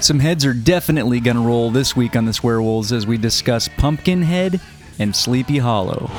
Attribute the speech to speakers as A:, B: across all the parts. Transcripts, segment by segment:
A: Some heads are definitely going to roll this week on the Swearwolves as we discuss Pumpkinhead and Sleepy Hollow.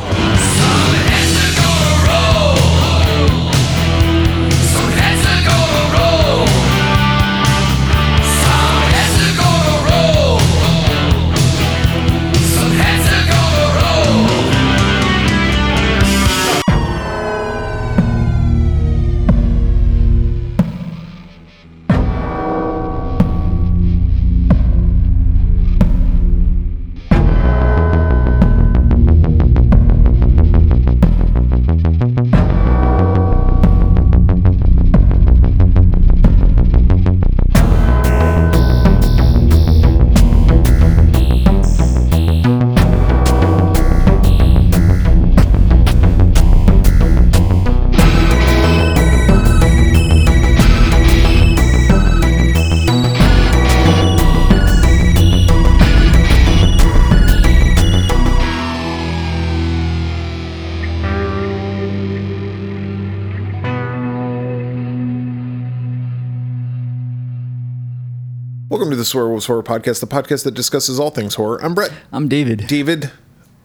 B: Welcome to the Swear Wolves Horror Podcast, the podcast that discusses all things horror. I'm Brett.
A: I'm David.
B: David,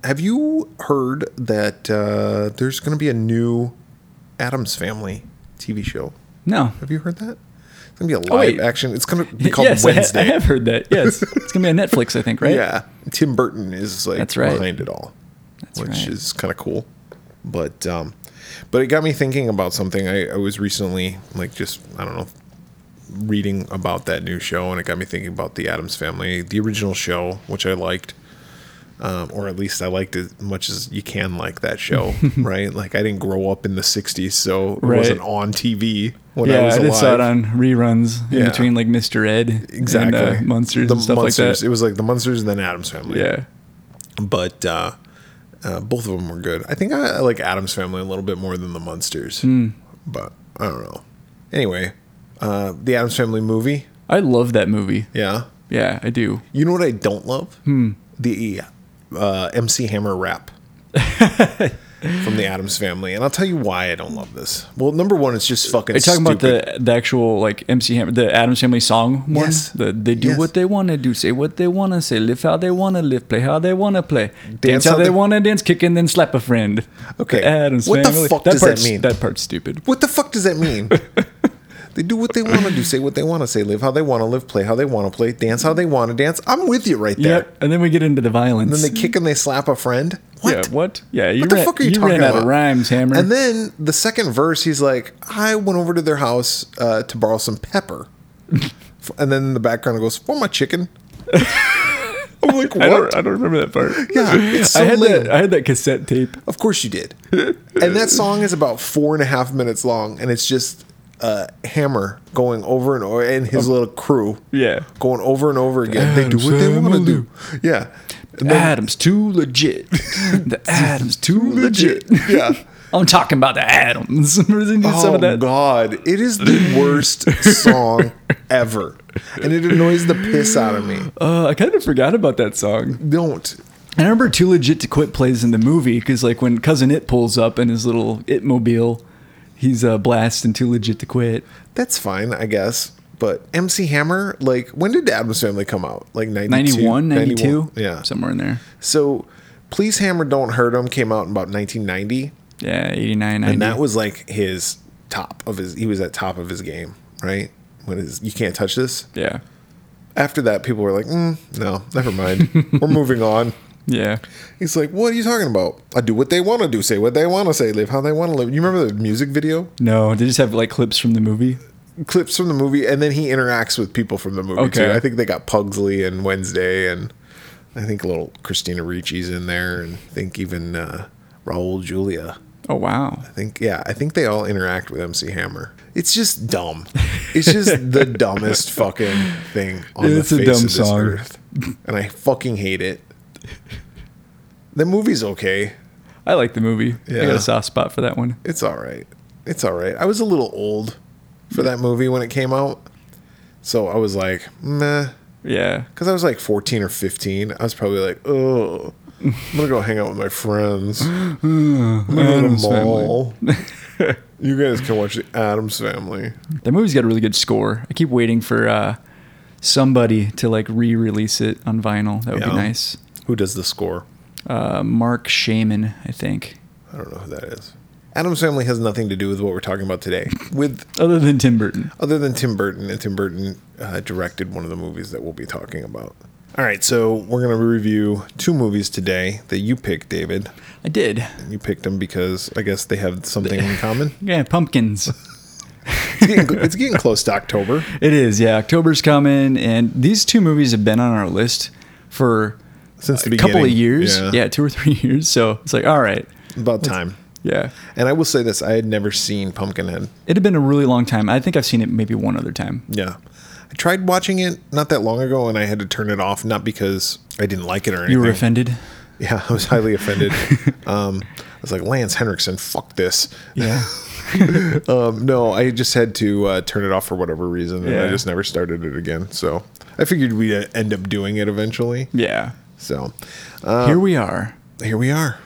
B: have you heard that uh, there's going to be a new Adams Family TV show?
A: No.
B: Have you heard that? It's going to be a
A: Oh,
B: live
A: wait.
B: action. It's going to be called
A: yes, I ha-
B: Wednesday.
A: I, have heard that. Yes. It's going to be on Netflix, I think, right?
B: Yeah, Tim Burton is like
A: That's right.
B: behind it all, which
A: right.
B: is kind of cool. But um, but it got me thinking about something. I, I was recently like just I don't know reading about that new show, and it got me thinking about the Adams Family, the original show, which I liked. Um, or at least I liked it as much as you can like that show, right? Like I didn't grow up in the '60s, so it
A: Right.
B: wasn't on TV when I
A: Yeah,
B: was
A: I
B: alive.
A: just saw it on reruns in
B: Yeah.
A: between like Mr. Ed
B: exactly
A: and uh, Munsters
B: the
A: and stuff
B: Munsters. It
A: like
B: was like the Munsters and then Adams Family.
A: that. Yeah.
B: but uh, uh, both of them were good. I think I, I like Adam's Family a little bit more than the Munsters,
A: Hmm.
B: but I don't know. Anyway, uh, the Adam's Family movie,
A: I love that movie.
B: yeah.
A: Yeah, I do.
B: You know what I don't love?
A: Hmm.
B: The uh, MC Hammer rap from the Adams Family, and I'll tell you why I don't love this. Well, number one, it's just fucking.
A: Are you talking
B: stupid.
A: about the the actual like MC Hammer, the Adams Family song one?
B: Yes.
A: The, they do
B: Yes.
A: what they want to do, say what they want to say, live how they want to live, play how they want to play, dance, how, they, want to dance, kick and then slap a friend.
B: Okay.
A: The Adams
B: What the
A: Family.
B: fuck does that
A: part's-
B: mean?
A: That part's stupid.
B: What the fuck does that mean? they do what they want to do, say what they want to say, live how they want to live, play how they want to play, dance how they want to dance. I'm with you right there.
A: Yep. And then we get into the violence.
B: Then they kick and they slap a friend. What?
A: Yeah. What? Yeah. You
B: What the
A: ran,
B: fuck are you,
A: ran
B: talking
A: out
B: about?
A: of rhymes, Hammer.
B: And then the second verse, he's like, "I went over to their house uh, to borrow some pepper," F- and then in the background it goes, "For my chicken." I'm like,
A: I don't,
B: "What?"
A: I don't remember that part.
B: Yeah, it's so
A: I had
B: lame.
A: that. I had that cassette tape.
B: Of course you did. and that song is about four and a half minutes long, and it's just uh, Hammer going over and over, and his little crew,
A: Um, Yeah.
B: going over and over again. They do what they want to do. Yeah. And then-
A: Adam's too legit. the Adam's too legit.
B: Yeah.
A: I'm talking about the Adams. Isn't it some
B: Oh
A: of that?
B: God! It is the worst song ever, and it annoys the piss out of me.
A: Uh, I kind of forgot about that song.
B: Don't.
A: I remember "Too Legit to Quit" plays in the movie because, like, when cousin It pulls up in his little It mobile, he's uh, blasting "Too Legit to Quit."
B: That's fine, I guess. But MC Hammer, like, when did Adam's Family come out? Like 92?
A: 91, 92?
B: Yeah.
A: somewhere in there.
B: So, Please Hammer, Don't Hurt Him came out in about 1990,
A: Yeah, 89, 90.
B: and that was like his top of his. He was at top of his game, right? When his you can't touch this.
A: yeah,
B: After that, people were like, mm, "No, never mind. We're moving on."
A: yeah.
B: He's like, "What are you talking about? I do what they want to do, say what they want to say, live how they want to live." You remember the music video
A: No, they just have like clips from the movie.
B: clips from the movie, and then he interacts with people from the movie
A: Okay.
B: too. I think they got Pugsley and Wednesday, and I think little Christina Ricci's in there, and I think even uh, Raul Julia.
A: Oh wow.
B: I think yeah, I think they all interact with MC Hammer. It's just dumb. It's just the dumbest fucking thing on
A: It's
B: the
A: a
B: face
A: dumb
B: of this
A: song.
B: earth, and I fucking hate it. The movie's okay.
A: I like the movie. I got
B: Yeah.
A: a soft spot for that one.
B: It's all right. It's all right. I was a little old for that movie when it came out. So I was like, meh.
A: Yeah.
B: Because I was like 14 or 15. I was probably like, oh, I'm going to go hang out with my friends. I'm going to
A: Addams
B: the
A: Family.
B: mall. you guys can watch The Adams Family.
A: That movie's got a really good score. I keep waiting for uh, somebody to like re-release it on vinyl. That would
B: Yeah.
A: be nice.
B: Who does the score?
A: Uh, Mark Shaman, I think.
B: I don't know who that is. Adam's Family has nothing to do with what we're talking about today. With
A: Other than Tim Burton,
B: other than Tim Burton, and Tim Burton uh, directed one of the movies that we'll be talking about. All right, so we're going to review two movies today that you picked, David.
A: I did.
B: You picked them because I guess they have something in common.
A: Yeah, pumpkins.
B: It's getting, it's getting close to October.
A: it is. Yeah, October's coming, and these two movies have been on our list for
B: Since the
A: a couple of
B: beginning,
A: years.
B: yeah.
A: Yeah. two or three years. So it's like, all right,
B: About time.
A: yeah.
B: And I will say this: I had never seen Pumpkinhead.
A: It had been a really long time. I think I've seen it maybe one other time.
B: Yeah, I tried watching it not that long ago, and I had to turn it off. Not because I didn't like it or anything.
A: You were offended.
B: Yeah, I was highly offended. um, I was like, Lance Henriksen, fuck this.
A: Yeah.
B: Um, no, I just had to uh, turn it off for whatever reason, and I
A: Yeah.
B: just never started it again. So I figured we'd uh, end up doing it eventually.
A: yeah.
B: So uh,
A: Here we are.
B: here we are.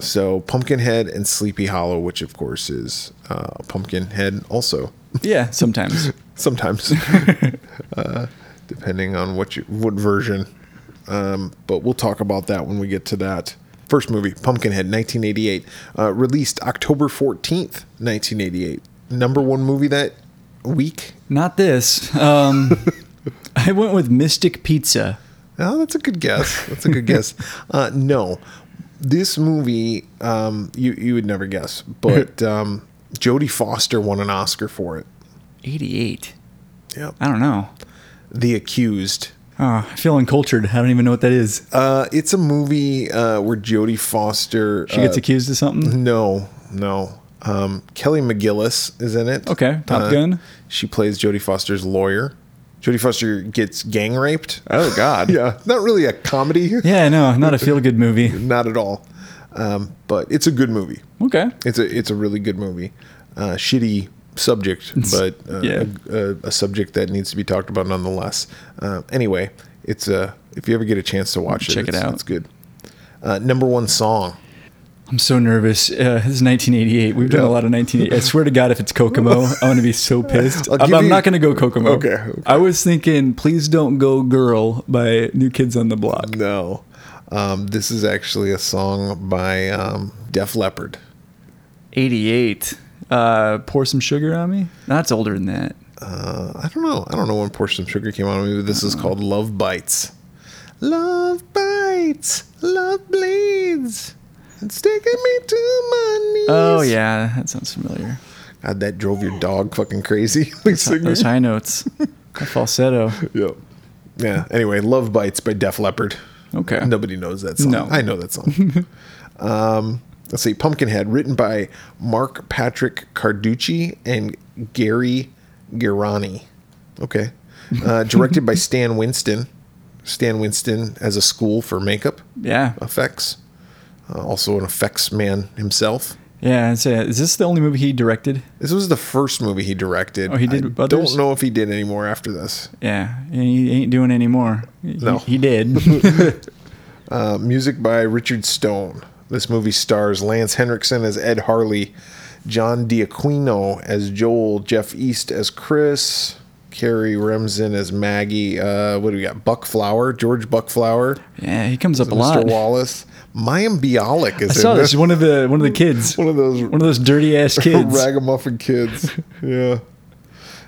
B: So Pumpkinhead and Sleepy Hollow, which of course is uh, Pumpkinhead also.
A: Yeah, sometimes.
B: sometimes uh, depending on what you what version um, but we'll talk about that when we get to that first movie pumpkinhead 1988 uh, released october 14th 1988 number one movie that week
A: Not this. Um, I went with Mystic Pizza.
B: oh that's a good guess that's a good guess uh, no this movie um, you, you would never guess but um, jodie foster won an oscar for it
A: 88.
B: yep.
A: I don't know.
B: the accused
A: Oh, I feel uncultured. I don't even know what that is.
B: Uh, it's a movie uh, where Jodie Foster.
A: She gets
B: uh,
A: accused of something?
B: No, no. Um, Kelly McGillis is in it. Uh,
A: Okay, Top Gun.
B: She plays Jodie Foster's lawyer. Jodie Foster gets gang raped.
A: Oh, God.
B: yeah, not really a comedy.
A: Yeah, no, not a feel good movie.
B: Not at all. Um, but it's a good movie.
A: Okay.
B: It's a it's a really good movie. Uh, shitty subject, but uh,
A: yeah.
B: a, a, a subject that needs to be talked about nonetheless. Uh, anyway, it's a if you ever get a chance to watch it,
A: Check it
B: it's-
A: out.
B: It's good. Uh, number one song.
A: I'm so nervous. Uh, this is 1988. We've done a
B: Yeah.
A: lot of 1988. I swear to God, if it's Kokomo, I'm going to be so pissed.
B: I'll
A: I'm,
B: give
A: I'm
B: you-
A: not going to go Kokomo.
B: Okay, okay.
A: I was thinking, Please Don't Go Girl by New Kids on the Block.
B: No, um, this is actually a song by um, Def Leppard.
A: 88. Uh, pour Some Sugar on Me? That's older than that.
B: Uh, I don't know. I don't know when Portion of Sugar came out. Maybe this
A: Uh-huh.
B: is called Love Bites. Love bites, love bleeds. It's taking me to my knees.
A: Oh, yeah. That sounds familiar.
B: God, that drove your dog fucking crazy. like singing.
A: Those high notes. That falsetto.
B: Yep. Yeah. Anyway, Love Bites by Def Leppard.
A: Okay.
B: Nobody knows that song.
A: No.
B: I know that song. um, let's see. Pumpkinhead, written by Mark Patrick Carducci and Gary Girani. Okay. Uh, directed by Stan Winston. Stan Winston as a school for makeup
A: Yeah.
B: effects. Uh, also an effects man himself.
A: Yeah. I'd say- is this the only movie he directed?
B: This was the first movie he directed.
A: Oh, he did
B: I don't
A: others?
B: know if he did any more after this.
A: Yeah. And he ain't doing any more. He-
B: No.
A: He, did.
B: Uh, music by Richard Stone. This movie stars Lance Henriksen as Ed Harley, John Diaquino as Joel, Jeff East as Chris, Carrie Remsen as Maggie. Uh, what do we got? Buck Flower, George Buck Flower,
A: yeah. He comes up a
B: Mr.
A: lot.
B: Wallace. Mayim Bialik
A: I
B: is
A: saw
B: in
A: this.
B: this.
A: He's One of the one of the kids.
B: One of those
A: One of those dirty ass kids.
B: ragamuffin kids. yeah.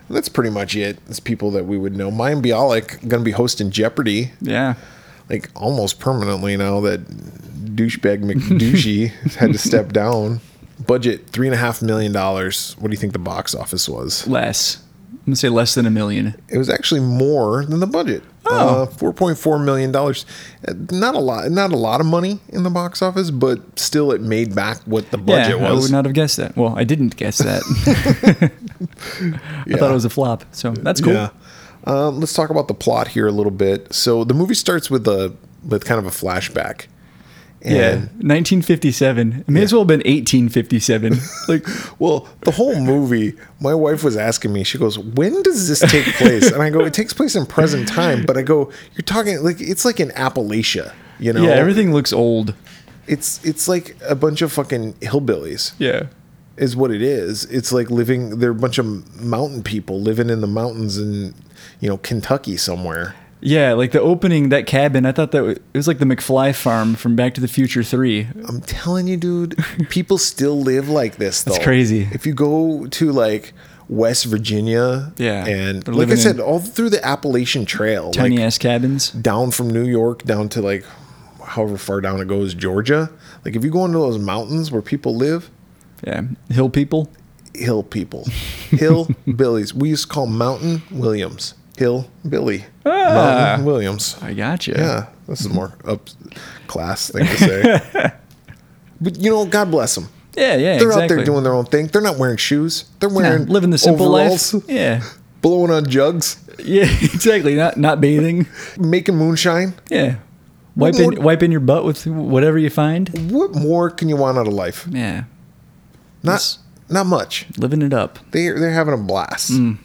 B: That's pretty much it. It's people that we would know. Mayim Bialik going to be hosting Jeopardy
A: Yeah.
B: like almost permanently now that douchebag McDouchey had to step down. Budget three and a half million dollars. What do you think the box office was?
A: Less. I'm gonna say less than a million.
B: It was actually more than the budget.
A: Oh.
B: Uh, four point four million dollars. Uh, Not a lot. Not a lot of money in the box office, but still, it made back what the
A: Yeah.
B: budget
A: I
B: was.
A: would not have guessed that. Well, I didn't guess that. I thought it was a flop. So that's cool.
B: Yeah. Um, let's talk about the plot here a little bit. So the movie starts with a with kind of a flashback.
A: Yeah,
B: And
A: 1957. It may as well have been 1857. Like,
B: Well, the whole movie, my wife was asking me, she goes, When does this take place? And I go, It takes place in present time. But I go, You're talking like it's like in Appalachia, you know?
A: yeah, everything looks old.
B: It's it's like a bunch of fucking hillbillies.
A: Yeah.
B: is what it is. It's like living. They're a bunch of mountain people living in the mountains in, you know, Kentucky somewhere.
A: Yeah, like the opening that cabin. I thought that wa- it was like the McFly farm from Back to the Future Three.
B: I'm telling you, dude, people still live like this. Though.
A: That's crazy.
B: If you go to like West Virginia,
A: Yeah.
B: and
A: They're
B: like I
A: living
B: said,
A: in-
B: all through the Appalachian Trail,
A: Tiny
B: like
A: ass cabins.
B: down from New York down to like however far down it goes, Georgia. Like if you go into those mountains where people live,
A: Yeah, hill people.
B: hill people, hill billies. We used to call 'em Mountain Williams hill Billy
A: Ah.
B: Mountain Williams.
A: I gotcha.
B: Yeah, this is more up class thing to say. but you know, God bless them.
A: yeah, yeah.
B: They're out
A: exactly.
B: there doing their own thing. They're not wearing shoes. They're
A: Yeah,
B: wearing
A: living the simple
B: overalls,
A: life. Yeah,
B: blowing on jugs,
A: yeah, exactly. Not not bathing.
B: making moonshine.
A: Yeah, wiping
B: more-
A: wiping your butt with whatever you find.
B: What more can you want out of life?
A: Yeah,
B: Not
A: Yes.
B: not much.
A: living it up.
B: They they're having a blast.
A: Mm.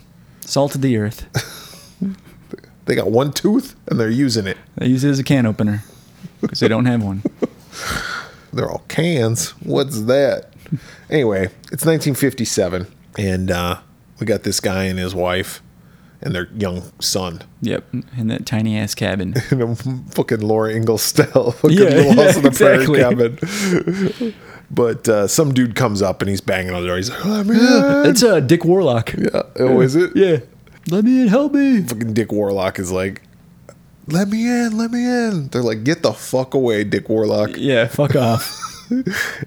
A: Salt of the earth.
B: They got one tooth and they're using it.
A: I use it as a can opener because they don't have one.
B: They're all cans. What's that? anyway, it's 1957, and uh, we got this guy and his wife and their young son.
A: Yep, in that tiny ass cabin.
B: in a fucking Laura Ingalls style fucking
A: Yeah,
B: little
A: yeah,
B: house in the
A: exactly.
B: prairie cabin. but uh, some dude comes up and he's banging on the door. He's like, oh, man.
A: That's uh, Dick Warlock.
B: Yeah. Oh, is it?
A: Yeah. Let me in, help me.
B: Fucking Dick Warlock is like, let me in, let me in. They're like, get the fuck away, Dick Warlock.
A: Yeah, fuck off.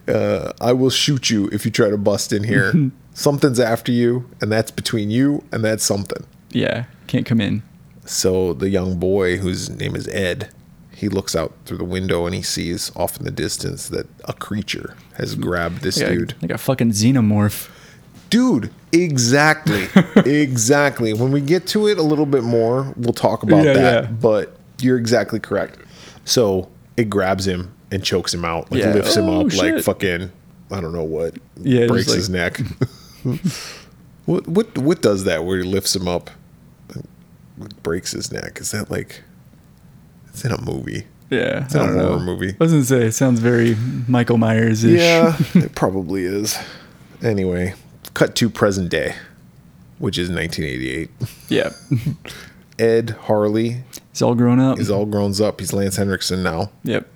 B: Uh, I will shoot you if you try to bust in here. Something's after you, and that's between you and that's something.
A: Yeah, can't come in.
B: So the young boy, whose name is Ed, he looks out through the window and he sees off in the distance that a creature has grabbed this
A: Like a-
B: dude.
A: Like a fucking xenomorph.
B: Dude, exactly. exactly. When we get to it a little bit more, we'll talk about
A: Yeah,
B: that.
A: yeah.
B: But you're exactly correct. So it grabs him and chokes him out, like
A: Yeah.
B: lifts him
A: Oh,
B: up, like
A: shit.
B: fucking, I don't know what,
A: Yeah, just
B: breaks
A: like-
B: his neck. what what what does that where he lifts him up, and breaks his neck? Is that like? It's in a movie.
A: Yeah.
B: It's in a horror movie.
A: I was gonna say it sounds very Michael Myers ish.
B: Yeah, it probably is. Anyway, cut to present day, which is 1988.
A: yeah.
B: Ed Harley
A: He's all grown up.
B: is all grown up. He's Lance Hendrickson now.
A: yep.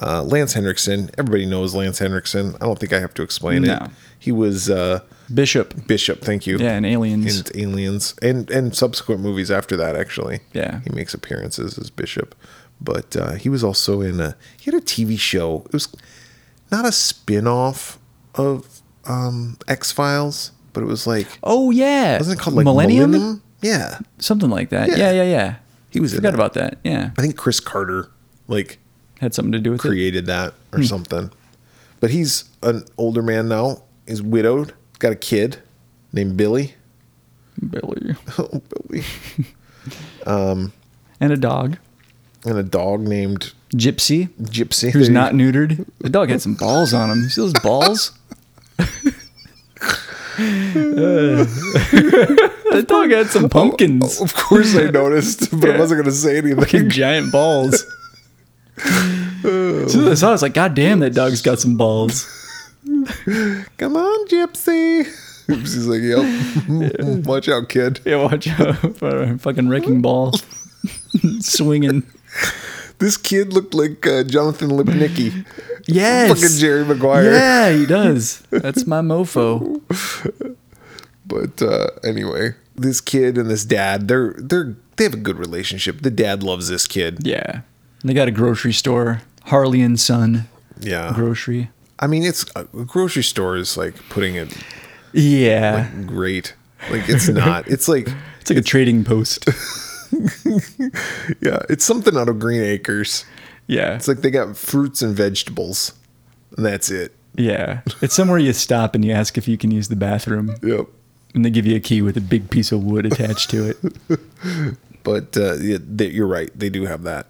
B: Uh, Lance Hendrickson, everybody knows Lance Hendrickson. I don't think I have to explain it.
A: No.
B: He was uh,
A: Bishop.
B: Bishop, thank you.
A: Yeah, and aliens.
B: And aliens and and subsequent movies after that actually
A: Yeah.
B: he makes appearances as bishop but uh, he was also in a he had a tv show it was not a spin-off of um x-files but it was like
A: oh yeah.
B: wasn't it called like
A: Millennium?
B: yeah
A: Something like that.
B: Yeah.
A: Yeah, yeah, yeah.
B: He was in
A: forgot
B: that.
A: about that. Yeah.
B: i think chris carter like
A: Had something to do with it.
B: created that or
A: Hmm.
B: something but he's an older man now he's widowed got a kid named billy
A: Billy.
B: oh billy
A: And a dog.
B: and a dog named
A: Gypsy.
B: gypsy
A: Who's
B: There you
A: not neutered. The dog had some balls on him. You see those balls? the dog had some pumpkins.
B: Oh, Of course I noticed, but I
A: Yeah.
B: wasn't going to say anything.
A: Fucking giant balls. As soon as I saw it, I was like, God damn, that dog's got some balls.
B: Come on, Gypsy. Gypsy's like, yep. Watch out, kid.
A: Yeah, watch out for a fucking wrecking ball. Swinging.
B: This kid looked like uh, Jonathan Lipnicki.
A: Yes.
B: Fucking Jerry Maguire.
A: Yeah, he does. That's my mofo.
B: But uh, anyway, this kid and this dad, they're they're they have a good relationship. The dad loves this kid.
A: Yeah. They got a grocery store. Harley and Son
B: Yeah.
A: grocery.
B: I mean, it's a grocery store is like putting it
A: Yeah.
B: great. Like it's not. It's like
A: It's like a trading post.
B: yeah, it's something out of Green Acres.
A: Yeah.
B: It's like they got fruits and vegetables, and that's it.
A: yeah. It's somewhere you stop and you ask if you can use the bathroom.
B: Yep.
A: And they give you a key with a big piece of wood attached to it.
B: but uh, yeah, they, you're right. They do have that.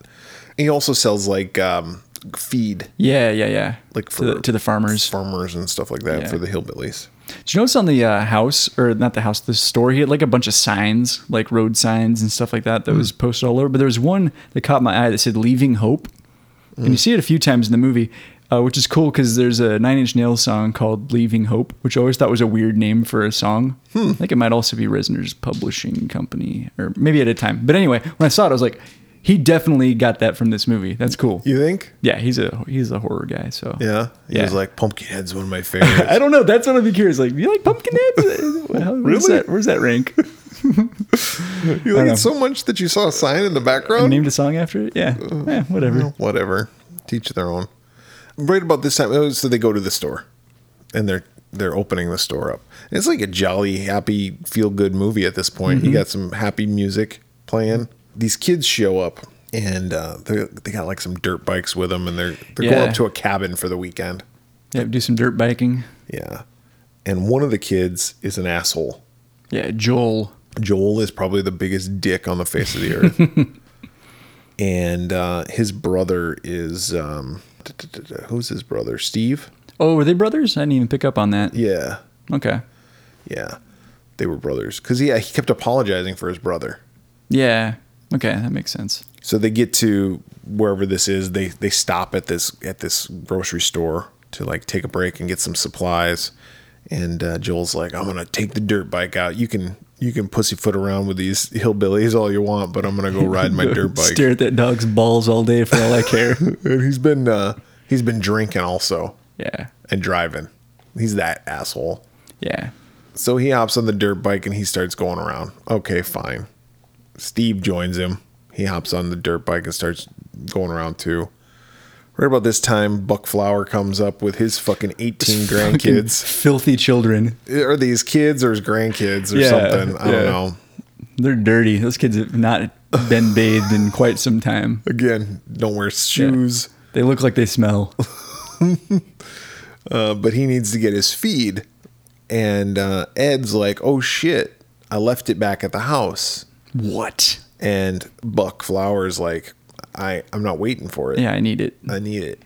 B: And he also sells like um, feed,
A: Yeah, yeah, yeah.
B: like
A: to, the, to the farmers.
B: farmers and stuff like that
A: Yeah.
B: for the hillbillies.
A: Did you notice on the uh, house, or not the house, the store, he had like a bunch of signs, like road signs and stuff like
B: Hmm.
A: that, that was
B: Hmm.
A: posted all over. But there was one that caught my eye that said "Leaving Hope," and you see it a few times in the movie. uh, which is cool because there's a Nine Inch Nails song called "Leaving Hope," which I always thought was a weird name for a song.
B: Hmm.
A: I think it might also be Reznor's publishing company, or maybe at a time. But anyway, when I saw it, I was like, he definitely got that from this movie. That's cool.
B: You think?
A: Yeah, he's a he's a horror guy. So
B: Yeah. He
A: Yeah.
B: was like, Pumpkinhead's one of my favorites.
A: I don't know. That's what I'd be curious. Like, do you like Pumpkinhead? Well, where's
B: Really?
A: that, where's that rank?
B: you like
A: know.
B: it so much that you saw a sign in the background?
A: Named a song after it? Yeah. Yeah, whatever.
B: Whatever. Teach their own. Right about this time, oh, so they go to the store and they're they're opening the store up. And it's like a jolly, happy, feel good movie at this point. You got some happy music playing. These kids show up and uh, they they got like some dirt bikes with them and they're they're going
A: Yeah.
B: up to a cabin for the weekend.
A: Yeah, do some dirt biking.
B: Yeah. And one of the kids is an asshole.
A: Yeah, Joel.
B: Joel is probably the biggest dick on the face of the earth. and uh, his brother is um, who's his brother? Steve.
A: Oh, were they brothers? I didn't even pick up on that.
B: Yeah,
A: Okay.
B: yeah, they were brothers. Cause yeah, he kept apologizing for his brother.
A: Yeah. Okay, that makes sense.
B: So they get to wherever this is. They they stop at this at this grocery store to like take a break and get some supplies. And uh, Joel's like, I'm gonna take the dirt bike out. You can you can pussyfoot around with these hillbillies all you want, but I'm gonna go ride my dirt bike.
A: Stare at that dog's balls all day for all I care.
B: And he's been uh, he's been drinking also
A: yeah.
B: and driving. He's that asshole.
A: Yeah.
B: So he hops on the dirt bike and he starts going around. Okay, fine. Steve joins him. He hops on the dirt bike and starts going around too. Right about this time, Buck Flower comes up with his fucking eighteen grandkids.
A: Filthy children.
B: Are these kids or his grandkids or
A: Yeah,
B: something? I don't
A: yeah.
B: know.
A: They're dirty. Those kids have not been bathed in quite some time.
B: Again, don't wear shoes.
A: They look like they smell.
B: Uh, but he needs to get his feed. And uh, Ed's like, "Oh shit, I left it back at the house."
A: what?
B: And Buck Flowers like, "I I'm not waiting for it.
A: Yeah, I need it.
B: I need it.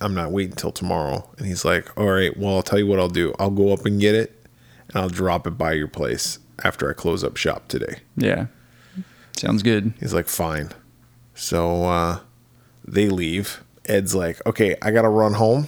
B: I'm not waiting till tomorrow." And he's like, "All right, well I'll tell you what I'll do. I'll go up and get it, and I'll drop it by your place after I close up shop today."
A: Yeah. Sounds good.
B: He's like, "Fine." So uh, they leave. Ed's like, "Okay, I gotta run home."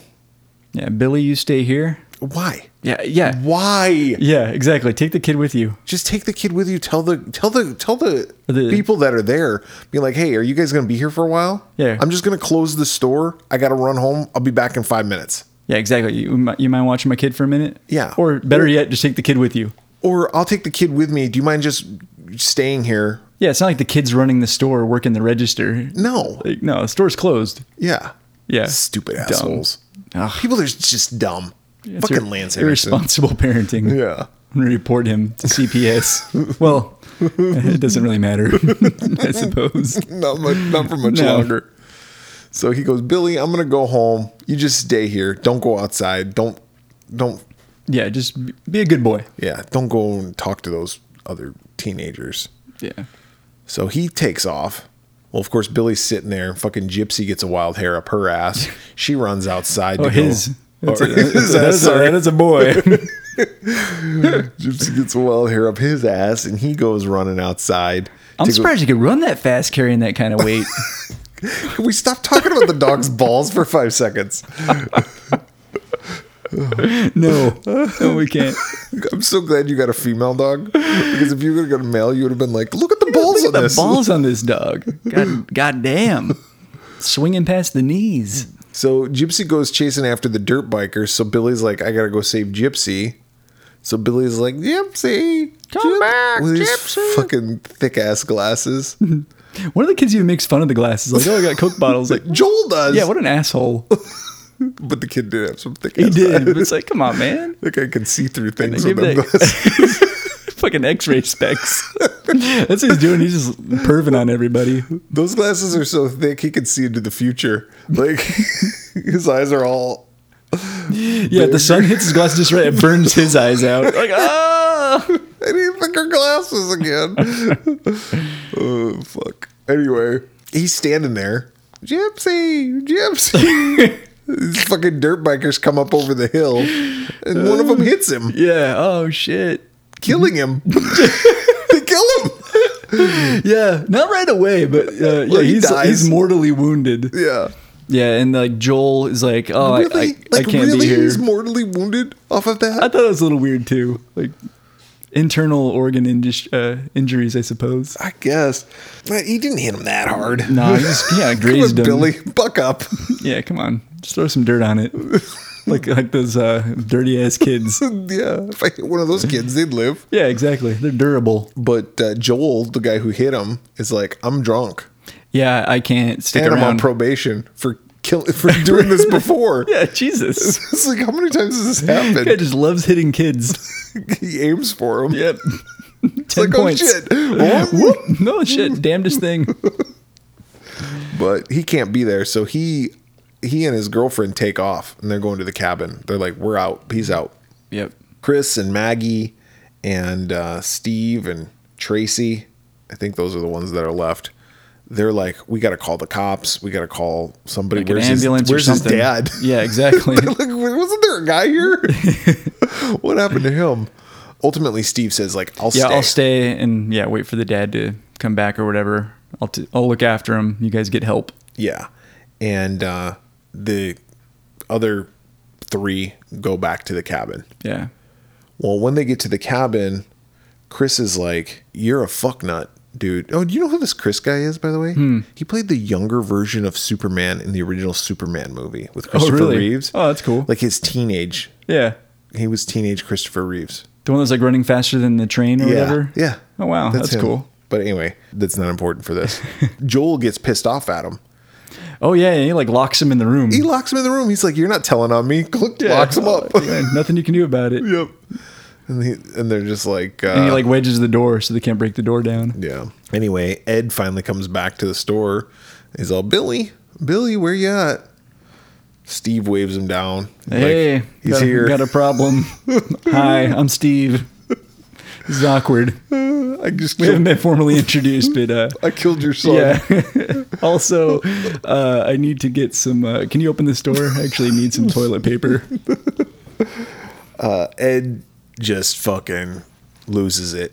A: Yeah, Billy, you stay here.
B: Why?
A: Yeah, yeah.
B: Why?
A: Yeah, exactly. Take the kid with you.
B: just take the kid with you. Tell the tell the tell the,
A: The-
B: people that are there. Be like, hey, are you guys gonna be here for a while?
A: Yeah.
B: I'm just gonna close the store. I gotta run home. I'll be back in five minutes.
A: Yeah, exactly. You, mi- you mind watching my kid for a minute?
B: Yeah.
A: Or better yet, just take the kid with you.
B: Or I'll take the kid with me. Do you mind just staying here?
A: Yeah, it's not like the kid's running the store, working the register.
B: No.
A: Like, no, the store's closed.
B: Yeah.
A: Yeah.
B: Stupid
A: Dumb.
B: assholes.
A: Ugh.
B: People are just dumb.
A: It's
B: Fucking
A: ir-
B: Lance Henriksen.
A: Irresponsible parenting.
B: Yeah.
A: I'm going to report him to CPS. well, it doesn't really matter, I suppose.
B: Not much, not for much
A: No.
B: longer. So he goes, Billy, I'm gonna go home. You just stay here. Don't go outside. Don't don't
A: Yeah, just b- be a good boy.
B: Yeah, don't go and talk to those other teenagers.
A: Yeah.
B: So he takes off. Well, of course, Billy's sitting there. Fucking Gypsy gets a wild hair up her ass. She runs outside.
A: Oh,
B: to go-
A: his.
B: Or
A: That's a-
B: his
A: that's a-
B: ass,
A: that's a-
B: sorry.
A: that is a boy.
B: Gypsy gets a wild hair up his ass, and he goes running outside.
A: I'm
B: to go-
A: surprised you could run that fast carrying that kind of weight.
B: Can we stop talking about the dog's balls for five seconds?
A: no, no, we can't.
B: I'm so glad you got a female dog because if you would have got a male, you would have been like, "Look at the balls
A: Look at
B: on
A: the
B: this."
A: balls on this dog. God, God damn. Swinging past the knees.
B: So Gypsy goes chasing after the dirt biker. So Billy's like, I gotta go save Gypsy. So Billy's like, Gypsy,
A: Come back,
B: with his
A: Gypsy."
B: fucking thick ass glasses.
A: One of the kids even makes fun of the glasses. Like, oh, I got Coke bottles. Like,
B: Joel does.
A: yeah, what an asshole.
B: but the kid did have some thick.
A: He
B: ass
A: did. But
B: Glasses.
A: it's like, come on, man.
B: The guy can see through things
A: Give
B: with them
A: that-
B: glasses.
A: Fucking x ray specs. That's what he's doing. He's just perving on everybody.
B: Those glasses are so thick he can see into the future. Like his eyes are all.
A: Yeah, the sun hits his glasses just right. It burns his eyes out. Like, ah.
B: I need thicker glasses again. oh fuck. Anyway, he's standing there. Gypsy, Gypsy. These fucking dirt bikers come up over the hill, and one of them hits him,
A: Yeah. Oh, shit.
B: killing him. they kill him.
A: Yeah. Not right away, but uh, yeah,
B: he
A: he's,
B: dies.
A: he's mortally wounded.
B: Yeah.
A: Yeah, and like Joel is like, oh, I-
B: really?
A: I, I,
B: like
A: can't
B: really?
A: be here.
B: He's mortally wounded off of
A: I
B: that.
A: thought it was a little weird too, like internal organ indus- uh, injuries, I suppose.
B: I guess. But he didn't hit him that hard.
A: No, nah, he just yeah,
B: Come on,
A: grazed him.
B: Billy, buck up.
A: Yeah, come on, just throw some dirt on it, like like those uh, dirty ass kids.
B: yeah, if I hit one of those kids, they'd live.
A: Yeah, exactly. They're durable.
B: But uh, Joel, the guy who hit him, is like, I'm drunk
A: Yeah, I can't stick
B: and I'm on
A: around.
B: probation for kill- for doing this before.
A: yeah, Jesus.
B: It's like, how many times has this
A: Guy
B: happened?
A: just loves hitting kids.
B: he aims for him.
A: Yep.
B: it's
A: Ten
B: like,
A: points.
B: oh shit. Whoop.
A: No shit. Damnedest thing.
B: but he can't be there, so he he and his girlfriend take off and they're going to the cabin. They're like, we're out. He's out.
A: Yep.
B: Chris and Maggie and uh, Steve and Tracy. I think those are the ones that are left. They're like, we got to call the cops. We got to call somebody.
A: Like an ambulance
B: his, where's
A: or something.
B: his dad?
A: Yeah, exactly.
B: like, wasn't there a guy here? what happened to him? Ultimately, Steve says, like, I'll
A: yeah,
B: stay.
A: I'll stay and yeah, wait for the dad to come back or whatever. I'll t- I'll look after him. You guys get help.
B: Yeah. And uh, the other three go back to the cabin.
A: Yeah.
B: Well, when they get to the cabin, Chris is like, "You're a fucknut, dude." Oh, do you know who this Chris guy is, by the way?
A: Hmm.
B: He played the younger version of Superman in the original Superman movie with Christopher
A: really?
B: Reeves.
A: Oh, that's cool.
B: Like his teenage,
A: Yeah.
B: he was teenage Christopher Reeves.
A: The one that's like running faster than the train or whatever.
B: Yeah.
A: Oh wow, that's,
B: him.
A: cool.
B: But anyway, that's not important for this. Joel gets pissed off at him.
A: Oh yeah, and he like locks him in the room.
B: He locks him in the room. He's like, "You're not telling on me." Click,
A: Yeah.
B: Locks him up.
A: Yeah, nothing you can do about it.
B: yep. And, he, and they're just like, uh,
A: And he like wedges the door so they can't break the door down.
B: Yeah. Anyway, Ed finally comes back to the store. He's all Billy, Billy, where you at? Steve waves him down. Like,
A: hey,
B: he's
A: got a,
B: here.
A: Got a problem. Hi, I'm Steve. This is awkward.
B: I just
A: We haven't
B: killed,
A: been formally introduced, but uh,
B: I killed your son.
A: Yeah. also, uh, I need to get some. Uh, can you open this door? I actually need some toilet paper.
B: Ed just fucking loses it.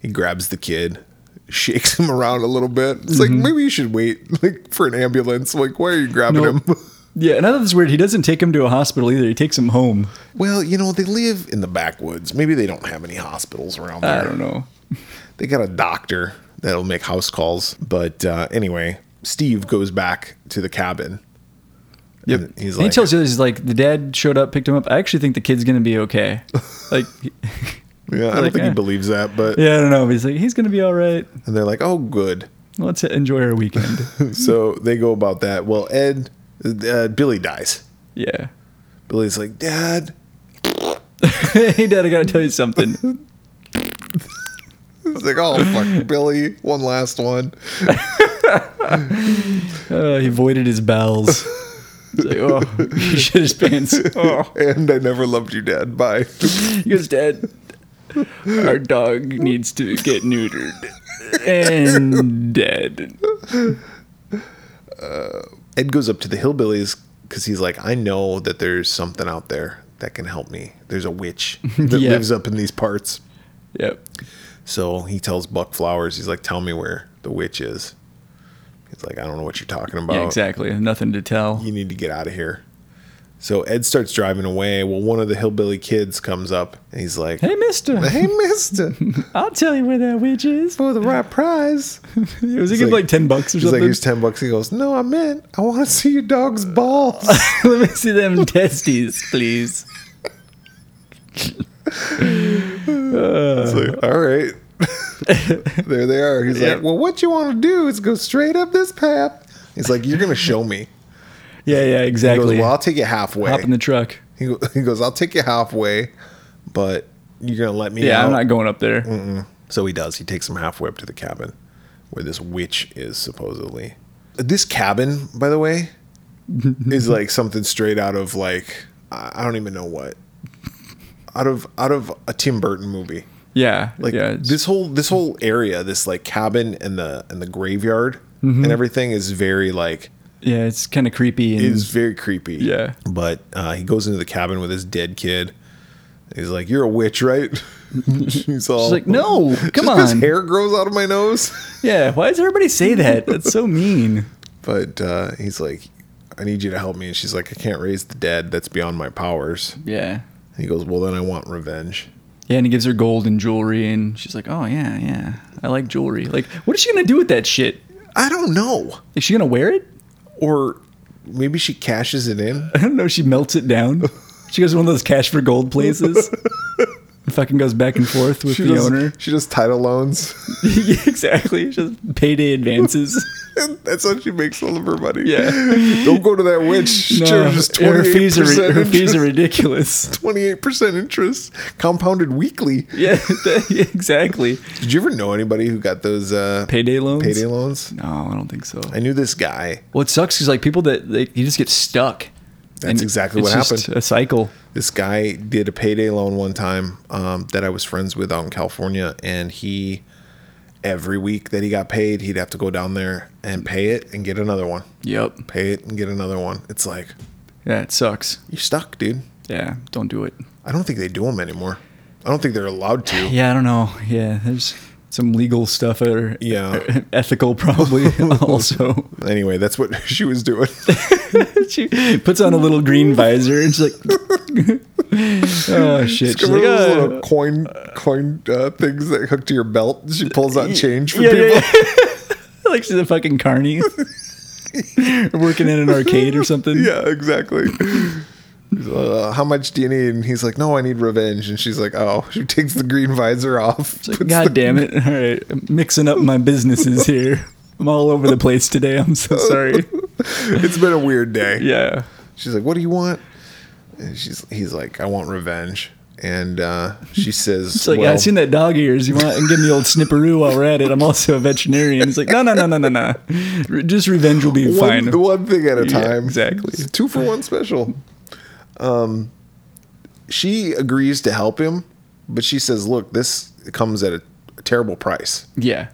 B: He grabs the kid, shakes him around a little bit. It's like
A: Mm-hmm.
B: maybe you should wait like for an ambulance. Like why are you grabbing
A: Nope.
B: him?
A: Yeah, and I thought this was weird. He doesn't take him to a hospital either. He takes him home.
B: well, you know they live in the backwoods. Maybe they don't have any hospitals around there.
A: I don't know.
B: they got a doctor that'll make house calls. But uh, anyway, Steve goes back to the cabin. Yep. he's
A: And he
B: like,
A: tells you this, he's like, the dad showed up, picked him up. I actually think the kid's gonna be okay. Like,
B: yeah, I don't
A: like,
B: think
A: eh.
B: he believes that, but
A: yeah, I don't know. But he's like, he's gonna be all right.
B: and they're like, oh, good.
A: Let's enjoy our weekend.
B: so they go about that. Well, Ed, uh, Billy dies.
A: Yeah.
B: Billy's like, Dad,
A: hey, dad, I gotta tell you something.
B: it's like, oh, fuck, Billy, one last one.
A: Uh, he voided his bowels. He's like, oh, he shit his pants. Oh.
B: And I never loved you, Dad. Bye.
A: Because dad, our dog needs to get neutered and dead.
B: Ed goes up to the hillbillies because he's like, I know that there's something out there that can help me. There's a witch that
A: Yeah.
B: lives up in these parts.
A: Yep.
B: So he tells Buck Flowers, he's like, "Tell me where the witch is." He's like, "I don't know what you're talking about.
A: Yeah, exactly. Nothing to tell.
B: You need to get out of here." So Ed starts driving away. Well, one of the hillbilly kids comes up and he's like,
A: Hey, mister,
B: "Hey, Mister,
A: I'll tell you where that witch is.
B: for the right prize."
A: It was like,
B: like-
A: like 10 bucks or
B: He's like,
A: something.
B: "Here's ten bucks." He goes, "No, I meant I want to see your dog's balls."
A: Let me see them testes, please.
B: It's like, all right. there they are. He's
A: Yeah.
B: like, "Well, what you want to do is go straight up this path." He's like, "You're gonna show me."
A: Yeah, yeah,
B: He goes,
A: exactly.
B: "Well, I'll take you halfway."
A: Hop in the truck.
B: He, go- he goes, I'll take you halfway, but you're going to let me
A: Yeah,
B: out.
A: I'm not going up there.
B: so he does. He takes him halfway up to the cabin where this witch is supposedly. This cabin, by the way, is like something straight out of like, I I don't even know what. Out of out of a Tim Burton movie,
A: Yeah,
B: like
A: yeah, it's-
B: this whole this whole area, this like cabin and the and the graveyard
A: Mm-hmm.
B: and everything is very like
A: yeah. It's kind of creepy. And,
B: is very creepy.
A: Mm. Yeah.
B: But uh, he goes into the cabin with his dead kid. He's like, "You're a witch, right?" He's all
A: She's like, no, come
B: Just 'cause
A: on.
B: hair grows out of my nose.
A: Yeah, why does everybody say that? That's so mean.
B: But uh, he's like, I need you to help me. And she's like, I can't raise the dead. That's beyond my powers.
A: Yeah.
B: And he goes, Well, then I want revenge.
A: Yeah, and he gives her gold and jewelry, and she's like, "Oh yeah, yeah, I like jewelry. Like, what is she gonna do with that shit?
B: I don't know.
A: Is she gonna wear it?
B: Or maybe she cashes it in.
A: I don't know. She melts it down. She goes to one of those cash for gold places. and fucking goes back and forth with
B: She
A: the
B: does,
A: owner.
B: She does title loans.
A: yeah, exactly. Just payday advances.
B: That's how she makes all of her money.
A: Yeah.
B: Don't go to that witch. She charges
A: No, her fees are
B: 28%
A: her fees are
B: interest-
A: ridiculous.
B: 28% interest compounded weekly.
A: Yeah, that- yeah, exactly.
B: Did you ever know anybody who got those uh,
A: Payday loans.
B: payday loans?
A: No, I don't think so.
B: I knew this guy.
A: Well, it sucks because like people that they, you just get stuck.
B: That's exactly
A: it's
B: what
A: just
B: happened.
A: A cycle.
B: This guy did a payday loan one time um, that I was friends with out in California, and he every week that he got paid, he'd have to go down there and pay it and get another one.
A: Yep.
B: Pay it and get another one. It's like
A: Yeah, it sucks.
B: you're stuck, dude.
A: Yeah, don't do it.
B: I don't think they do them anymore. I don't think they're allowed to.
A: Yeah, I don't know. Yeah, there's some legal stuff or
B: Yeah.
A: ethical probably also.
B: Anyway, that's what she was doing.
A: she puts on a little green visor and she's like, oh shit. She's
B: Remember
A: like,
B: those
A: "Uh,
B: little coin coin uh, things that hook to your belt? She pulls out change for
A: yeah,
B: people.
A: yeah, yeah. like she's a fucking carny. Working in an arcade or something.
B: Yeah, exactly. Uh, how much do you need? And he's like, No, I need revenge. And she's like, Oh, she takes the green visor off.
A: It's like,
B: puts
A: God
B: the-
A: damn it. All right. I'm mixing up my businesses here. I'm all over the place today. I'm so sorry.
B: It's been a weird day.
A: Yeah.
B: She's like, What do you want? And she's he's like, I want revenge. And uh, she says,
A: It's like,
B: well,
A: I've seen that dog ears. You want and give me the old snipperoo while we're at it. I'm also a veterinarian. He's like, no, no, no, no, no, no. Re- Just revenge will be
B: one,
A: fine.
B: one thing at a
A: Yeah,
B: time.
A: exactly.
B: It's a two for one special. Um, she agrees to help him, but she says, Look, this comes at a terrible price.
A: Yeah.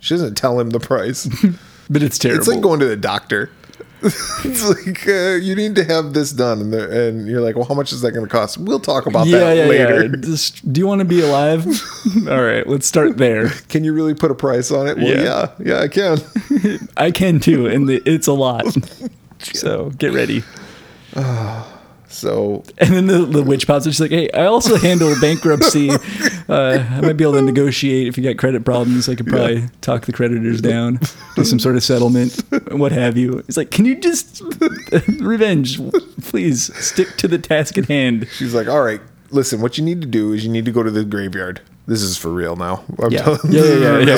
B: She doesn't tell him the price.
A: But it's terrible.
B: It's like going to the doctor. it's like uh, you need to have this done, and, they're- and you're like, well, how much is that going to cost? We'll talk about
A: yeah,
B: that
A: yeah,
B: later.
A: yeah. Just, do you want to be alive? All right, let's start there.
B: Can you really put a price on it? Well,
A: Yeah.
B: yeah, yeah, I can.
A: I can too, and the, it's a lot. So get ready.
B: So
A: And then the, the witch pops up. She's like, hey, I also handle bankruptcy. Uh, I might be able to negotiate if you got credit problems. I could probably talk the creditors down, do some sort of settlement, what have you. It's like, can you just revenge? Please stick to the task at hand.
B: she's like, all right, listen, what you need to do is you need to go to the graveyard. This is for real now. I'm
A: Yeah.
B: telling
A: Yeah,
B: this is
A: yeah,
B: a real
A: yeah,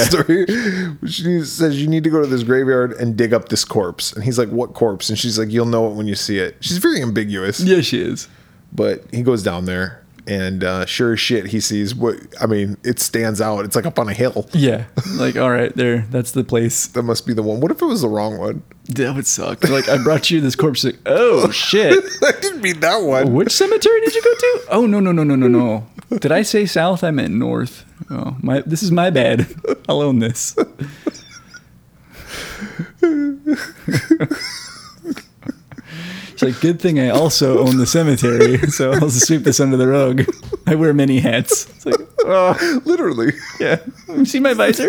B: story. She needs- says you need to go to this graveyard and dig up this corpse. And he's like, what corpse? And she's like, you'll know it when you see it. She's very ambiguous.
A: Yeah, she is.
B: but he goes down there and uh, sure as shit he sees what i mean it stands out it's like up on a hill
A: Yeah. Like, all right, there. That's the place.
B: that must be the one what if it was the wrong one
A: That would suck. Like, I brought you this corpse. Like, oh, shit.
B: i didn't mean that one
A: Which cemetery did you go to? Oh no no no no no no! Did I say south? I meant north. Oh my! This is my bad. I'll own this. it's like good thing I also own the cemetery, so I'll just sweep this under the rug. I wear many hats. It's like
B: literally
A: yeah, see my visor.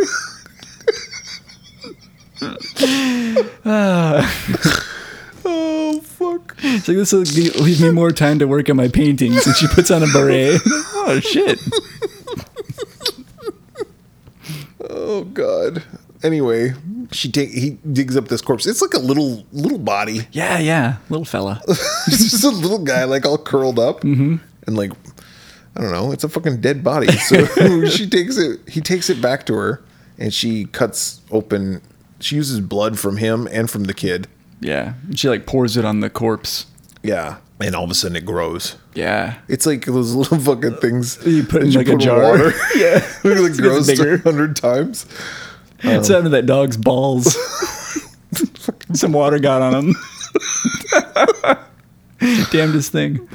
B: oh fuck
A: It's like this will g- leave me more time to work on my paintings. And she puts on a beret. oh shit!
B: oh god anyway she take he digs up this corpse it's like a little little body
A: Yeah yeah, little fella.
B: it's just a little guy like all curled up and like i don't know it's a fucking dead body so she takes it he takes it back to her and she cuts open she uses blood from him and from the kid
A: Yeah. And She like pours it on the corpse.
B: Yeah. And all of a sudden it grows.
A: Yeah.
B: It's like those little fucking things
A: You put
B: that
A: in like a jar.
B: Yeah, it like
A: gets
B: grows
A: bigger.
B: a hundred times.
A: Oh. It's out of that dog's balls. Some water got on him. Damnedest thing.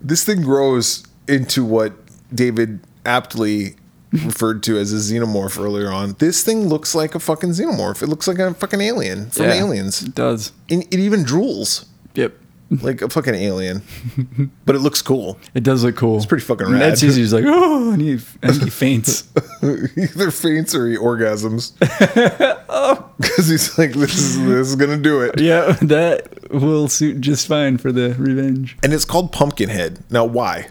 B: This thing grows into what David aptly referred to as a xenomorph earlier on. This thing looks like a fucking xenomorph. It looks like a fucking alien from
A: Yeah.
B: Aliens.
A: It does.
B: And it even drools.
A: Yep.
B: like a fucking alien, but it looks cool.
A: It does look cool. It's
B: pretty fucking rad.
A: That's easy. He's like, oh, and he, and he faints.
B: Either faints or he orgasms.
A: Oh.
B: Because he's like, this is this is gonna do it.
A: yeah, that will suit just fine for the revenge.
B: And it's called Pumpkinhead. Now, why?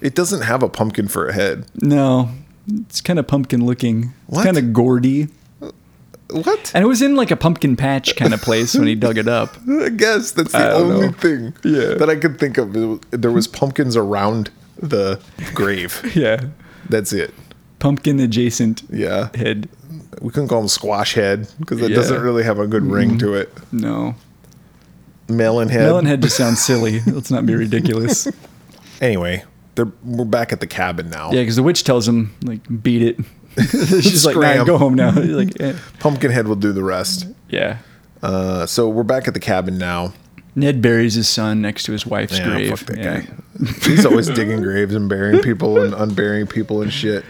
B: It doesn't have a pumpkin for a head.
A: No, it's kind of pumpkin looking. It's
B: What?
A: kind of gourdy.
B: What?
A: And it was in like a pumpkin patch kind of place when he dug it up.
B: I guess that's the
A: don't
B: only
A: know.
B: thing
A: Yeah.
B: that I could think of. It was- There was pumpkins around the grave.
A: Yeah.
B: That's it.
A: Pumpkin adjacent
B: Yeah.
A: head.
B: We couldn't call him Squash Head because that
A: Yeah.
B: doesn't really have a good ring to it.
A: No.
B: Melon Head.
A: Melon head just sounds silly. Let's not be ridiculous.
B: Anyway, they're, we're back at the cabin now.
A: Yeah, because the witch tells him, like, beat it. She's like, nah,
B: Scram.
A: go home now. He's like, eh.
B: Pumpkinhead will do the rest.
A: yeah.
B: Uh, so we're back at the cabin now.
A: Ned buries his son next to his wife's
B: Yeah,
A: grave.
B: fuck that
A: yeah.
B: guy. He's always digging graves and burying people and unburying people and shit.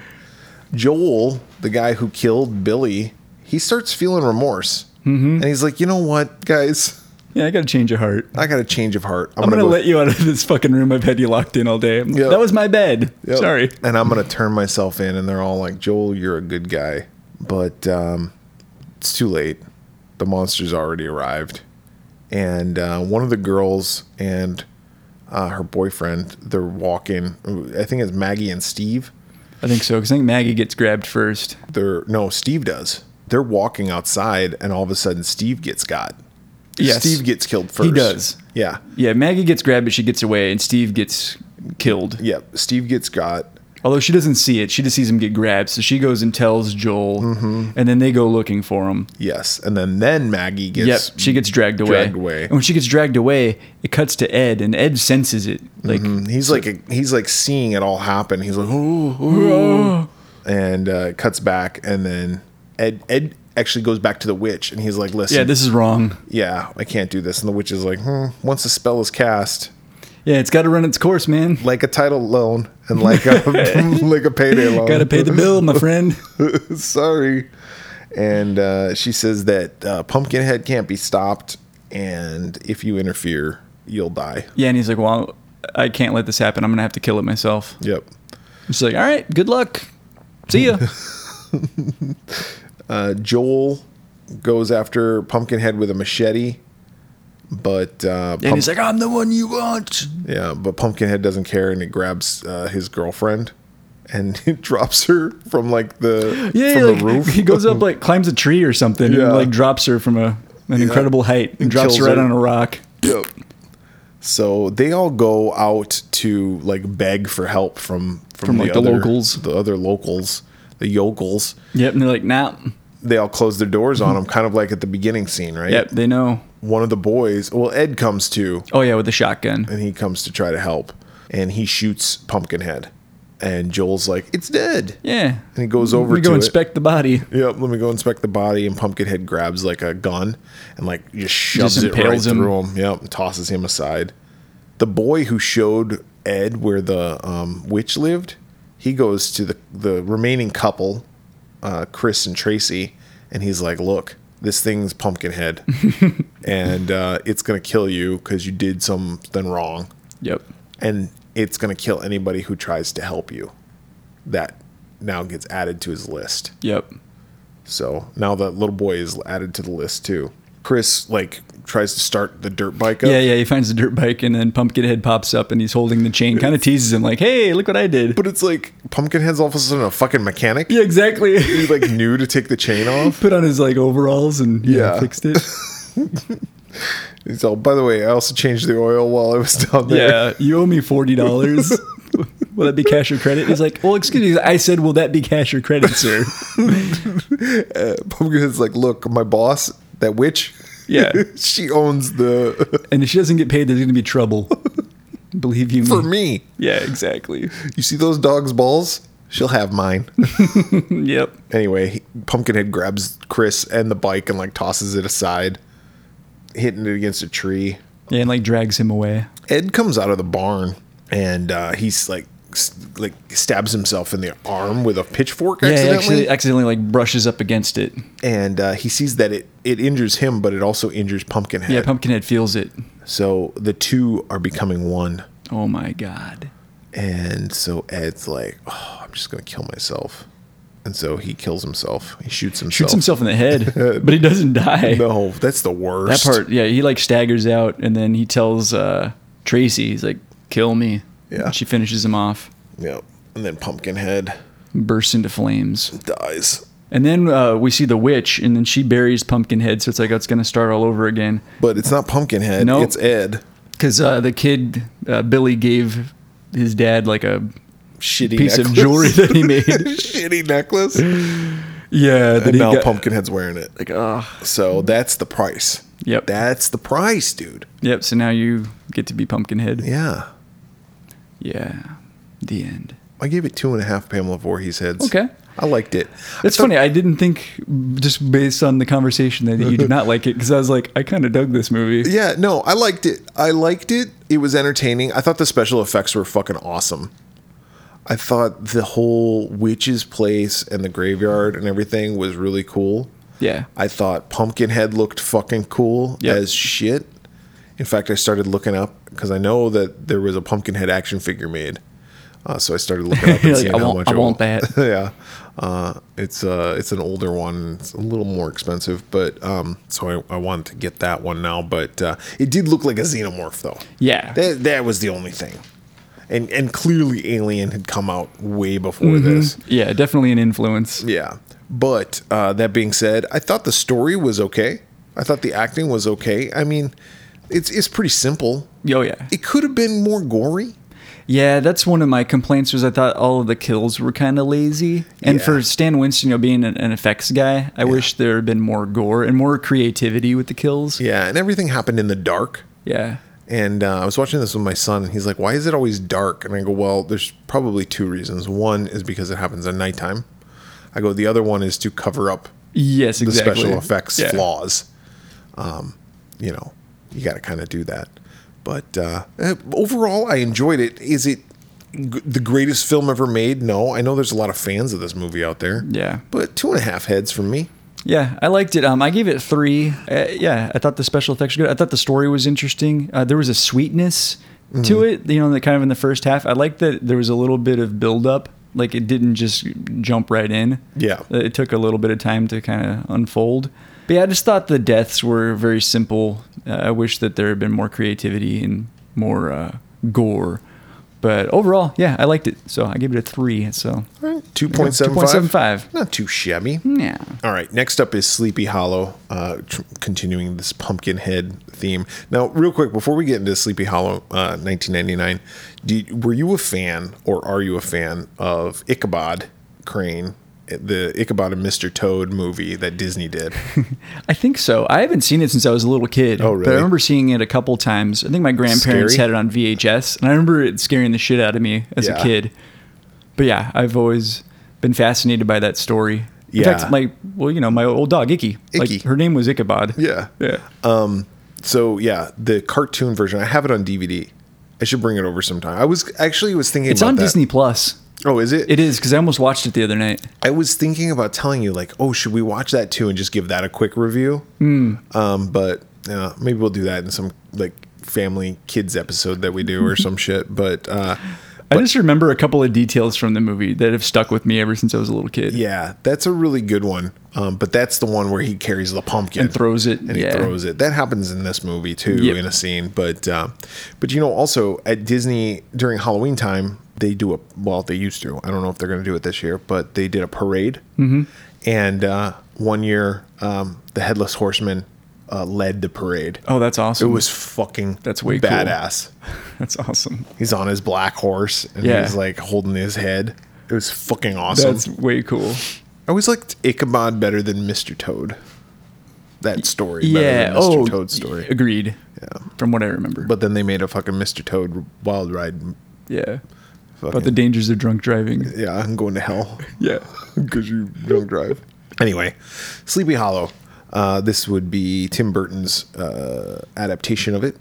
B: Joel, the guy who killed Billy, he starts feeling remorse.
A: Mm-hmm.
B: And he's like, you know what, guys?
A: Yeah, I got to change your heart.
B: I got a change of heart.
A: I'm going to
B: go-
A: let you out of this fucking room I've had you locked in all day.
B: Yep.
A: That was my bed.
B: Yep.
A: Sorry.
B: And I'm going to turn myself in. And they're all like, Joel, you're a good guy. But um, it's too late. The monster's already arrived. And uh, one of the girls and uh, her boyfriend, they're walking. I think it's Maggie and Steve.
A: I think so, because I think Maggie gets grabbed first.
B: They're, no, Steve does. They're walking outside. And all of a sudden, Steve gets got.
A: Yes.
B: Steve gets killed first.
A: does.
B: Yeah.
A: Yeah, Maggie gets grabbed, but she gets away, and Steve gets killed.
B: Yep. Steve gets got.
A: Although she doesn't see it, she just sees him get grabbed. So she goes and tells Joel,
B: Mm-hmm.
A: and then they go looking for him.
B: Yes. And then, then Maggie gets.
A: yep, she gets dragged away.
B: dragged away.
A: And when she gets dragged away, it cuts to Ed, and Ed senses it. Like,
B: mm, He's like he's like seeing it all happen. He's like, ooh, ooh,"
A: oh,
B: and uh, cuts back, and then Ed Ed actually goes back to the witch, and he's like, listen,
A: yeah,
B: yeah,
A: this is wrong.
B: I can't do this. And the witch is like, hmm, once the spell is cast,
A: Yeah, it's got to run its course, man.
B: like a title loan and like a like a payday loan,
A: Got to pay the bill, my friend.
B: Sorry. And uh, she says that uh, Pumpkinhead can't be stopped, and if you interfere, you'll die.
A: Yeah, and he's like, well, I can't let this happen. I'm gonna have to kill it myself.
B: Yep.
A: She's like, all right, good luck. See ya.
B: Uh, Joel goes after Pumpkinhead with a machete, but uh,
A: and
B: Pump-
A: he's like, I'm the one you want.
B: yeah, but Pumpkinhead doesn't care and he grabs uh, his girlfriend and he drops her from like the
A: Yeah,
B: from
A: like,
B: the roof.
A: he goes up like climbs a tree or something
B: Yeah.
A: and like drops her from a an incredible height and, drops
B: kills
A: her right
B: her.
A: on a rock.
B: Yep. So they all go out to like beg for help from from,
A: From, like, the
B: other,
A: locals.
B: the other locals, the yokels.
A: Yep, and they're like, nah.
B: They all close their doors on him, kind of like at the beginning scene, right?
A: Yep, they know.
B: One of the boys, well, Ed comes to
A: Oh yeah, with a shotgun.
B: and he comes to try to help and he shoots pumpkinhead and joel's like it's dead
A: Yeah.
B: and he goes over
A: we go
B: to it.
A: inspect the body.
B: yep let me go inspect the body and pumpkinhead grabs like a gun and like just shoves
A: Just
B: it right
A: impales him.
B: through him yep and tosses him aside the boy who showed ed where the um, witch lived he goes to the, the remaining couple uh, chris and tracy and he's like look this thing's pumpkinhead and uh, it's gonna kill you because you did something wrong
A: Yep.
B: and it's going to kill anybody who tries to help you. That now gets added to his list.
A: Yep.
B: So now the little boy is added to the list too. Chris like tries to start the dirt bike up,
A: Yeah, yeah, he finds the dirt bike and then Pumpkinhead pops up and he's holding the chain, kind of teases him like, "Hey, look what I did."
B: but it's like Pumpkinhead's all of a sudden a fucking mechanic.
A: Yeah, exactly.
B: He like knew to take the chain off.
A: Put on his like overalls and yeah,
B: Yeah.
A: fixed it.
B: He's all, by the way, I also changed the oil while I was down there.
A: Yeah, you owe me forty dollars. Will that be cash or credit? He's like, well, excuse me. I said, will that be cash or credit, sir?
B: Pumpkinhead's like, look, my boss, that witch,
A: Yeah.
B: she owns the
A: And if she doesn't get paid, there's going to be trouble. Believe you
B: for
A: me.
B: me.
A: Yeah, exactly.
B: You see those dog's balls? She'll have mine.
A: Yep.
B: anyway, he, Pumpkinhead grabs Chris and the bike and like tosses it aside, hitting it against a tree.
A: Yeah, and like drags him away.
B: Ed comes out of the barn and uh, he's like s- like stabs himself in the arm with a pitchfork
A: Yeah, he
B: accidentally,
A: actually accidentally like brushes up against it.
B: and uh, he sees that it it injures him, but it also injures Pumpkinhead.
A: Yeah, Pumpkinhead feels it.
B: So the two are becoming one.
A: Oh my god.
B: And so Ed's like, oh, I'm just going to kill myself. And so he kills himself. He shoots himself.
A: Shoots himself in the head, but he doesn't die.
B: No, that's the
A: That
B: worst.
A: part, yeah, he like staggers out and then he tells uh Tracy, he's like, "Kill me."
B: Yeah.
A: And she finishes him off,
B: Yep. And then Pumpkinhead
A: bursts into flames.
B: dies.
A: And then uh, we see the witch and then she buries Pumpkinhead, so it's like oh, it's going to start all over again.
B: But it's not Pumpkinhead.
A: Nope.
B: It's Ed.
A: Cuz uh, the kid uh, Billy gave his dad like a
B: Shitty
A: piece
B: necklace.
A: of jewelry that he made.
B: Shitty necklace.
A: yeah, that
B: And
A: he
B: now
A: got-
B: Pumpkinhead's wearing it.
A: like ah.
B: So that's the price.
A: Yep.
B: That's the price, dude.
A: Yep, so now you get to be Pumpkinhead.
B: Yeah.
A: Yeah. The end.
B: I gave it two and a half Pamela Voorhees heads.
A: Okay.
B: I liked it.
A: That's
B: I thought-
A: funny. I didn't think, just based on the conversation, that you did not like it because I was like, I kind of dug this movie.
B: Yeah, no, I liked it. I liked it. It was entertaining. I thought the special effects were fucking awesome. I thought the whole witch's place and the graveyard and everything was really cool.
A: Yeah.
B: I thought Pumpkinhead looked fucking cool
A: Yep.
B: as shit. In fact, I started looking up because I know that there was a Pumpkinhead action figure made. Uh, so I started looking up
A: You're
B: and
A: like,
B: seeing
A: "I
B: how
A: want-
B: much
A: I
B: it wa-
A: want that.
B: yeah, uh, it's uh, it's an older one. It's a little more expensive, but um, so I, I wanted to get that one now. But uh, it did look like a xenomorph, though.
A: Yeah.
B: That that was the only thing, and and clearly Alien had come out way before
A: Mm-hmm.
B: this.
A: Yeah, definitely an influence.
B: Yeah. But uh, that being said, I thought the story was okay. I thought the acting was okay. I mean, it's it's pretty simple.
A: Oh, yeah.
B: It could have been more gory.
A: Yeah, that's one of my complaints was I thought all of the kills were kind of lazy. And
B: Yeah.
A: for Stan Winston, you know, being an, an effects guy, I wish there had been more gore and more creativity with the kills.
B: Yeah, and everything happened in the dark.
A: Yeah.
B: And uh, I was watching this with my son, and he's like, "Why is it always dark?" And I go, "Well, there's probably two reasons. One is because it happens at nighttime. I go, the other one is to cover up
A: Yes,
B: the
A: exactly.
B: special effects
A: Yeah.
B: flaws. Um, you know, you got to kind of do that. But uh, eh, overall, I enjoyed it. Is it g- the greatest film ever made? No. I know there's a lot of fans of this movie out there.
A: Yeah.
B: But two and a half heads from me.
A: Yeah, I liked it. Um, I gave it three. Uh, yeah, I thought the special effects were good. I thought the story was interesting. Uh, there was a sweetness
B: Mm-hmm.
A: to it, you know, that kind of in the first half. I liked that there was a little bit of build up. Like it didn't just jump right in.
B: Yeah.
A: Uh, It took a little bit of time to kind of unfold. But yeah, I just thought the deaths were very simple. Uh, I wish that there had been more creativity and more uh, gore. But overall, yeah, I liked it. So I gave it a three. So
B: Eh, Two point seven five.
A: 2.75.
B: Not too shabby.
A: yeah.
B: All right. Next up is Sleepy Hollow, uh, tr- continuing this Pumpkinhead theme. Now, real quick, before we get into Sleepy Hollow, uh, 1999, do, were you a fan or are you a fan of Ichabod Crane, the Ichabod and Mr. Toad movie that Disney did?
A: I think so. I haven't seen it since I was a little kid.
B: Oh, really?
A: But I remember seeing it a couple times. I think my grandparents had
B: Scary?
A: it on VHS, and I remember it scaring the shit out of me as
B: Yeah.
A: a kid. But yeah, I've always been fascinated by that story. In
B: Yeah.
A: fact, my well, you know, my old dog Icky.
B: Icky.
A: Like her name was Ichabod.
B: yeah.
A: Yeah.
B: So yeah, the cartoon version. I have it on DVD. I should bring it over sometime. I was actually was thinking
A: it's
B: about
A: on
B: that.
A: Disney Plus.
B: Oh, is it?
A: It is because I almost watched it the other night.
B: I was thinking about telling you, like, oh, should we watch that too and just give that a quick review? Um, but uh, maybe we'll do that in some like family kids episode that we do or some shit. But uh,
A: I just remember a couple of details from the movie that have stuck with me ever since I was a little kid.
B: yeah, that's a really good one. Um, but that's the one where he carries the pumpkin
A: And throws it.
B: and
A: yeah.
B: he throws it. That happens in this movie too,
A: Yep.
B: in a scene. But uh, but you know, also at Disney during Halloween time, they do a well, they used to. I don't know if they're going to do it this year, but they did a parade. Mm-hmm. And uh, one year, um, the headless horseman uh, led the parade.
A: Oh, that's awesome.
B: It was fucking
A: That's way cool.
B: badass.
A: that's awesome.
B: He's on his black horse and
A: Yeah.
B: he's like holding his head. It was fucking awesome.
A: That's way cool.
B: I always liked Ichabod better than Mr. Toad. That story,
A: Yeah.
B: better than Mr.
A: Oh,
B: Toad story.
A: Agreed. Yeah. From what I remember.
B: But then they made a fucking Mr. Toad Wild Ride.
A: Yeah.
B: Fucking,
A: About the dangers of drunk driving.
B: yeah, I'm going to hell
A: Yeah.
B: because you don't drive. Anyway, Sleepy Hollow. Uh, this would be Tim Burton's uh, adaptation of it.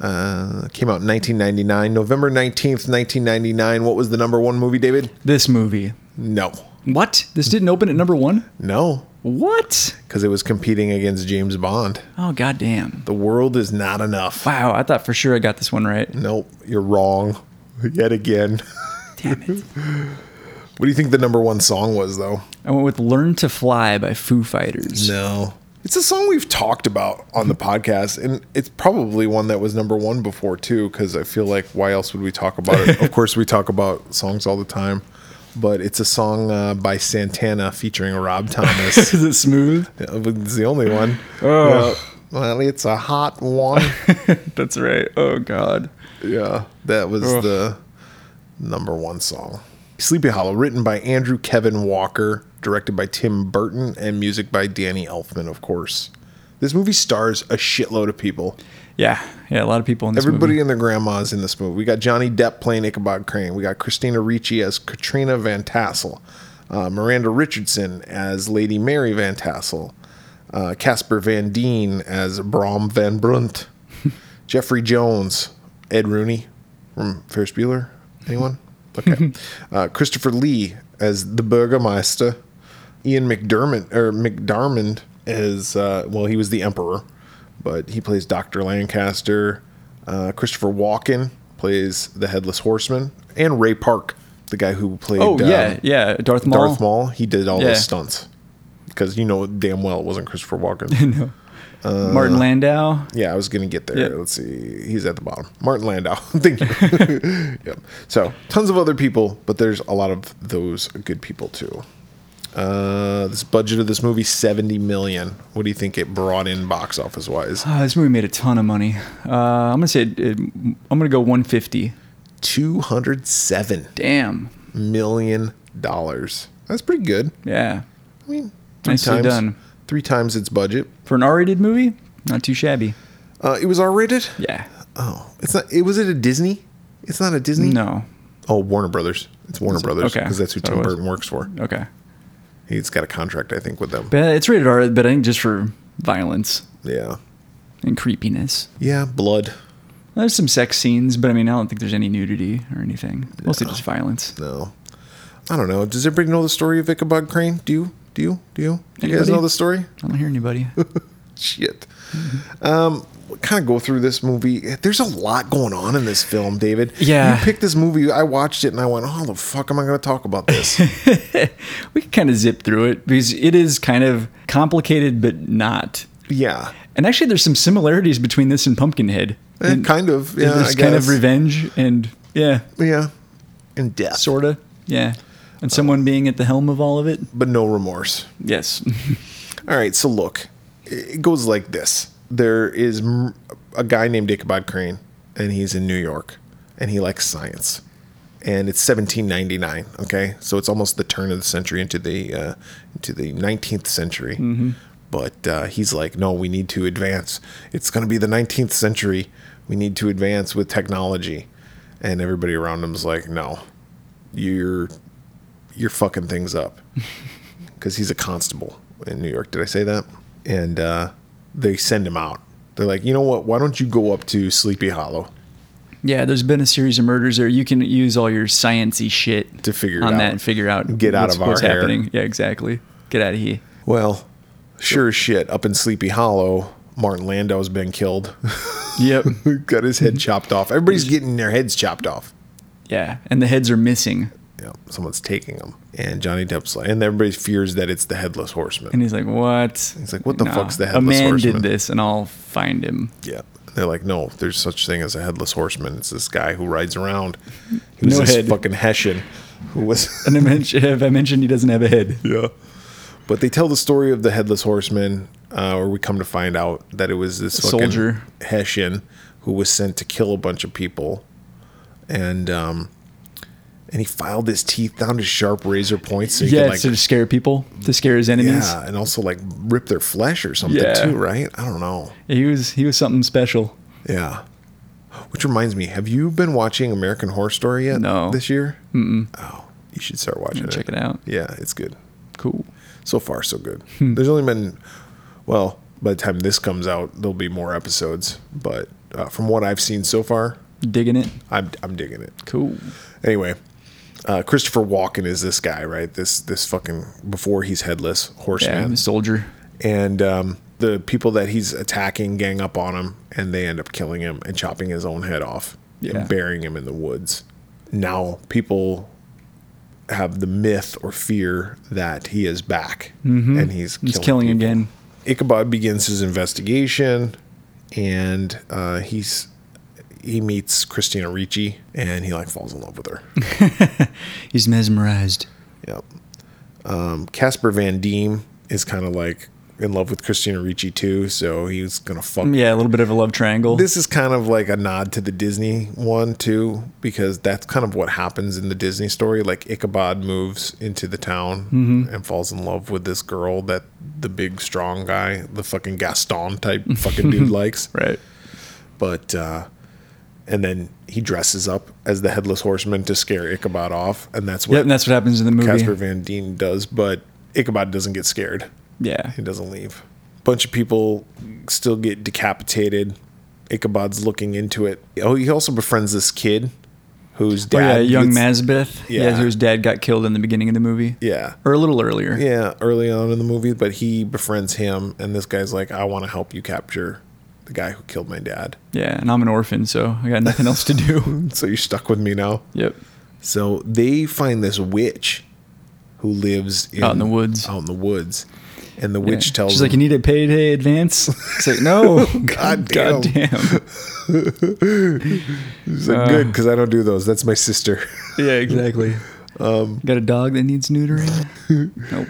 B: Uh, came out in 1999, November 19th, 1999. What was the number one movie, David?
A: This movie.
B: No.
A: What? This didn't open at number one?
B: No,
A: What?
B: because it was competing against James Bond.
A: Oh goddamn!
B: The world is not enough.
A: Wow, I thought for sure I got this one right.
B: Nope, you're wrong. Yet again.
A: Damn it!
B: What do you think the number one song was, though?
A: I went with "Learn to Fly" by Foo Fighters.
B: No. It's a song we've talked about on the podcast, and it's probably one that was number one before, too, because I feel like why else would we talk about it? of course, we talk about songs all the time, but it's a song uh, by Santana featuring Rob Thomas.
A: Is it smooth?
B: it's the only one.
A: Oh.
B: Yeah. Well, it's a hot one.
A: That's right. Oh god.
B: yeah, that was the number one song. Sleepy Hollow, written by Andrew Kevin Walker, directed by Tim Burton, and music by Danny Elfman, of course. This movie stars a shitload of people.
A: Yeah, yeah. A lot of people in this
B: Everybody
A: movie.
B: and their grandmas in this movie. We got Johnny Depp playing Ichabod Crane. We got Christina Ricci as Katrina Van Tassel. Uh, Miranda Richardson as Lady Mary Van Tassel. Uh, Casper Van Deen as Brom Van Brunt. Jeffrey Jones. Ed Rooney from Ferris Bueller. Anyone? Okay. uh, Christopher Lee as the Burgermeister. Ian McDermott or McDarmond as uh, well. He was the Emperor, but he plays Doctor Lancaster. Uh, Christopher Walken plays the Headless Horseman, and Ray Park, the guy who played
A: Oh
B: um,
A: yeah, yeah. Darth Maul.
B: Darth Maul. He did all
A: Yeah.
B: those stunts because you know damn well it wasn't Christopher Walken.
A: No. Martin Landau.
B: yeah, I was gonna get there.
A: Yeah.
B: Let's see. He's at the bottom. Martin Landau. Thank you. yep. So tons of other people, but there's a lot of those good people too. Uh, this budget of this movie seventy million. What do you think it brought in box office wise?
A: Ah, this movie made a ton of money. Uh, I'm gonna say it, it- I'm gonna go 150.
B: Two hundred seven
A: Damn.
B: million dollars. That's pretty good.
A: Yeah.
B: I mean, three
A: Nicely
B: times
A: done.
B: three times its budget.
A: For an R-rated movie, not too shabby.
B: Uh, it was R rated.
A: Yeah.
B: Oh, it's not. It was it a Disney? It's not a Disney.
A: No.
B: Oh, Warner Brothers. It's Warner Brothers
A: okay.
B: because that's who
A: So it
B: Tim
A: was.
B: Burton works for.
A: Okay.
B: He's got a contract, I think, with them.
A: But it's rated R, but I think just for violence
B: Yeah.
A: and creepiness.
B: Yeah, blood.
A: There's some sex scenes, but I mean, I don't think there's any nudity or anything. Mostly just violence.
B: No. I don't know. Does everybody know the story of Ichabod Crane? Do you? Do you? Do you? Do you guys
A: Anybody?
B: know the story?
A: I don't hear anybody.
B: Shit.
A: Mm-hmm.
B: Um, kind of go through this movie. There's a lot going on in this film, David.
A: Yeah.
B: You picked this movie. I watched it and I went, "Oh, the fuck am I going to talk about this?"
A: we can kind of zip through it because it is kind of complicated, but not.
B: yeah.
A: And actually, there's some similarities between this and Pumpkinhead.
B: Eh,
A: And
B: kind of. Yeah.
A: there's
B: I
A: kind of
B: guess.
A: revenge and yeah,
B: Yeah. And death,
A: sort of yeah, and
B: Uh,
A: someone being at the helm of all of it.
B: but no remorse.
A: Yes,
B: All right, so look, it goes like this. There is m- a guy named Ichabod Crane, and he's in New York, and he likes science. And it's 1799. Okay, so it's almost the turn of the century into the uh, into the 19th century. But uh, he's like, no, we need to advance. It's going to be the 19th century. We need to advance with technology. And everybody around him's like, no, you're you're fucking things up because he's a constable in New York. Did I say that? And uh, they send him out. They're like, you know what? Why don't you go up to Sleepy Hollow
A: yeah. There's been a series of murders there. You can use all your sciency shit
B: to figure it
A: on
B: out?
A: that and figure out
B: Get out
A: what's-
B: of our
A: what's
B: hair.
A: happening. Yeah, exactly. Get out of here.
B: Well, sure as shit, up in Sleepy Hollow, Martin Landau's been killed.
A: Yep.
B: Got his head chopped off. Everybody's getting their heads chopped off.
A: yeah, and the heads are missing.
B: Yeah, someone's taking them. And Johnny Depp's like, and everybody fears that it's the headless horseman.
A: And he's like, "What?"
B: He's like, "What the fuck's the
A: A
B: headless
A: man
B: horseman?"
A: did this, and I'll find him.
B: Yeah. They're like, no, there's such thing as a headless horseman. It's this guy who rides around. He was
A: No
B: this
A: head.
B: fucking Hessian who was.
A: And I mentioned, have I mentioned he doesn't have a head?
B: yeah. But they tell the story of the headless horseman, uh, or we come to find out that it was this fucking
A: soldier.
B: Hessian who was sent to kill a bunch of people, and um, and he filed his teeth down to sharp razor points so he
A: yeah,
B: could like
A: to scare people, to scare his enemies.
B: yeah, and also like rip their flesh or something
A: Yeah.
B: too, right? I don't know.
A: He was he was something special.
B: Yeah. Which reminds me, have you been watching American Horror Story yet?
A: No.
B: This year? Mm-mm. Oh, you should start watching it.
A: Check it out.
B: Yeah, it's good.
A: Cool.
B: So far, so good.
A: Hmm.
B: There's only been, well, by the time this comes out, there'll be more episodes. But uh, from what I've seen so far,
A: Digging it.
B: I'm, I'm digging it.
A: Cool.
B: Anyway, uh, Christopher Walken is this guy, right? This this fucking before he's headless
A: Yeah,
B: horseman,
A: the soldier.
B: and um, the people that he's attacking gang up on him, and they end up killing him and chopping his own head off
A: Yeah.
B: and burying him in the woods. Now people have the myth or fear that he is back and he's
A: Mm-hmm. He's killing
B: people.
A: again.
B: Ichabod begins his investigation, and uh, he's he meets Christina Ricci, and he like falls in love with her.
A: He's mesmerized.
B: Yep. Um, Casper Van Diem is kind of like in love with Christina Ricci too, so he was gonna fuck.
A: Yeah, a little bit of a love triangle.
B: This is kind of like a nod to the Disney one too, because that's kind of what happens in the Disney story. Like Ichabod moves into the town and falls in love with this girl that the big strong guy, the fucking Gaston type fucking dude likes.
A: right.
B: But uh, and then he dresses up as the headless horseman to scare Ichabod off, and that's what
A: Yep, and that's what happens in the movie.
B: Casper Van Dien does, but Ichabod doesn't get scared.
A: Yeah.
B: He doesn't leave. Bunch of people still get decapitated. Ichabod's looking into it. Oh, he also befriends this kid whose
A: Oh,
B: dad.
A: yeah, young
B: gets-
A: Mazbeth. Yeah.
B: Yeah.
A: whose dad got killed in the beginning of the movie.
B: Yeah.
A: Or a little earlier.
B: Yeah, early on in the movie, but he befriends him, and this guy's like, I want to help you capture the guy who killed my dad.
A: Yeah, and I'm an orphan, so I got nothing else to do.
B: So you're stuck with me now.
A: yep.
B: So they find this witch who lives in,
A: Out in the woods.
B: Out in the woods. And the witch
A: Yeah.
B: tells
A: She's
B: him,
A: like, you need a payday advance. It's like, no,
B: God
A: God damn.
B: He's
A: uh,
B: like, good, because I don't do those. That's my sister.
A: yeah, exactly.
B: Um,
A: Got a dog that needs neutering. nope.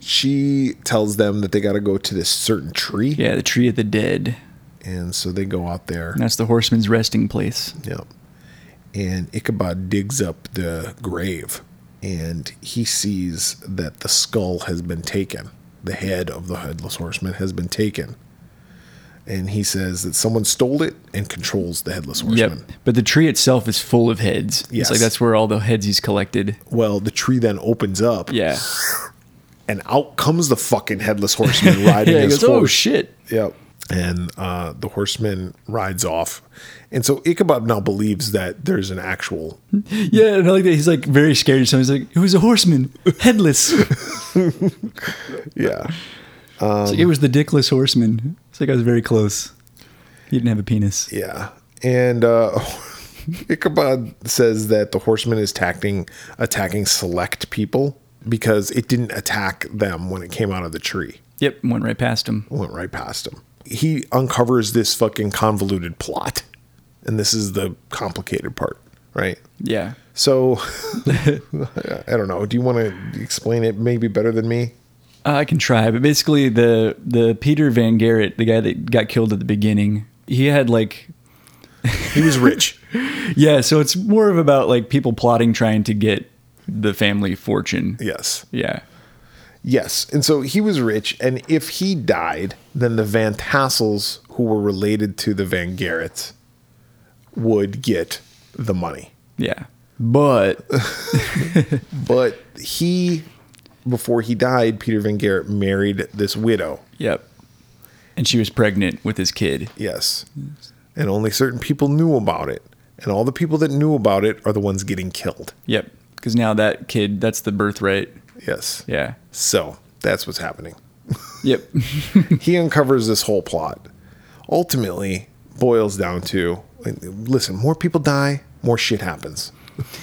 B: she tells them that they got to go to this certain tree.
A: Yeah, the tree of the dead.
B: And so they go out there.
A: That's the horseman's resting place.
B: Yep. And Ichabod digs up the grave and he sees that the skull has been taken. The head of the headless horseman has been taken. And he says that someone stole it and controls the headless horseman.
A: Yep. But the tree itself is full of heads.
B: Yes.
A: It's like that's where all the heads he's collected.
B: Well, the tree then opens up
A: Yeah.
B: and out comes the fucking headless horseman riding
A: yeah, he
B: his
A: goes, oh,
B: horse.
A: shit.
B: Yep. And uh, the horseman rides off. And so Ichabod now believes that there's an actual.
A: Yeah, and I like that. He's like very scared or something. He's like, it was a horseman, headless. It's
B: Yeah.
A: like, it was the dickless horseman. It's like I was very close. He didn't have a penis.
B: Yeah. And uh, Ichabod says that the horseman is attacking, attacking select people because it didn't attack them when it came out of the tree.
A: Yep, went right past him.
B: went right past him. He uncovers this fucking convoluted plot. And this is the complicated part, right?
A: Yeah.
B: So I don't know. Do you want to explain it maybe better than me?
A: Uh, I can try, but basically the the Peter Van Garrett, the guy that got killed at the beginning, he had like
B: He was rich.
A: yeah. So it's more of about like people plotting trying to get the family fortune.
B: yes.
A: Yeah.
B: Yes. And so he was rich. And if he died, then the Van Tassels, who were related to the Van Garretts, would get the money.
A: Yeah. But
B: But he, before he died, Peter Van Garrett married this widow.
A: yep. And she was pregnant with his kid.
B: Yes. And only certain people knew about it. And all the people that knew about it are the ones getting killed.
A: Yep. Because now that kid, that's the birthright.
B: Yes.
A: Yeah.
B: So that's what's happening.
A: Yep.
B: he uncovers this whole plot. Ultimately, boils down to like, listen, more people die, more shit happens.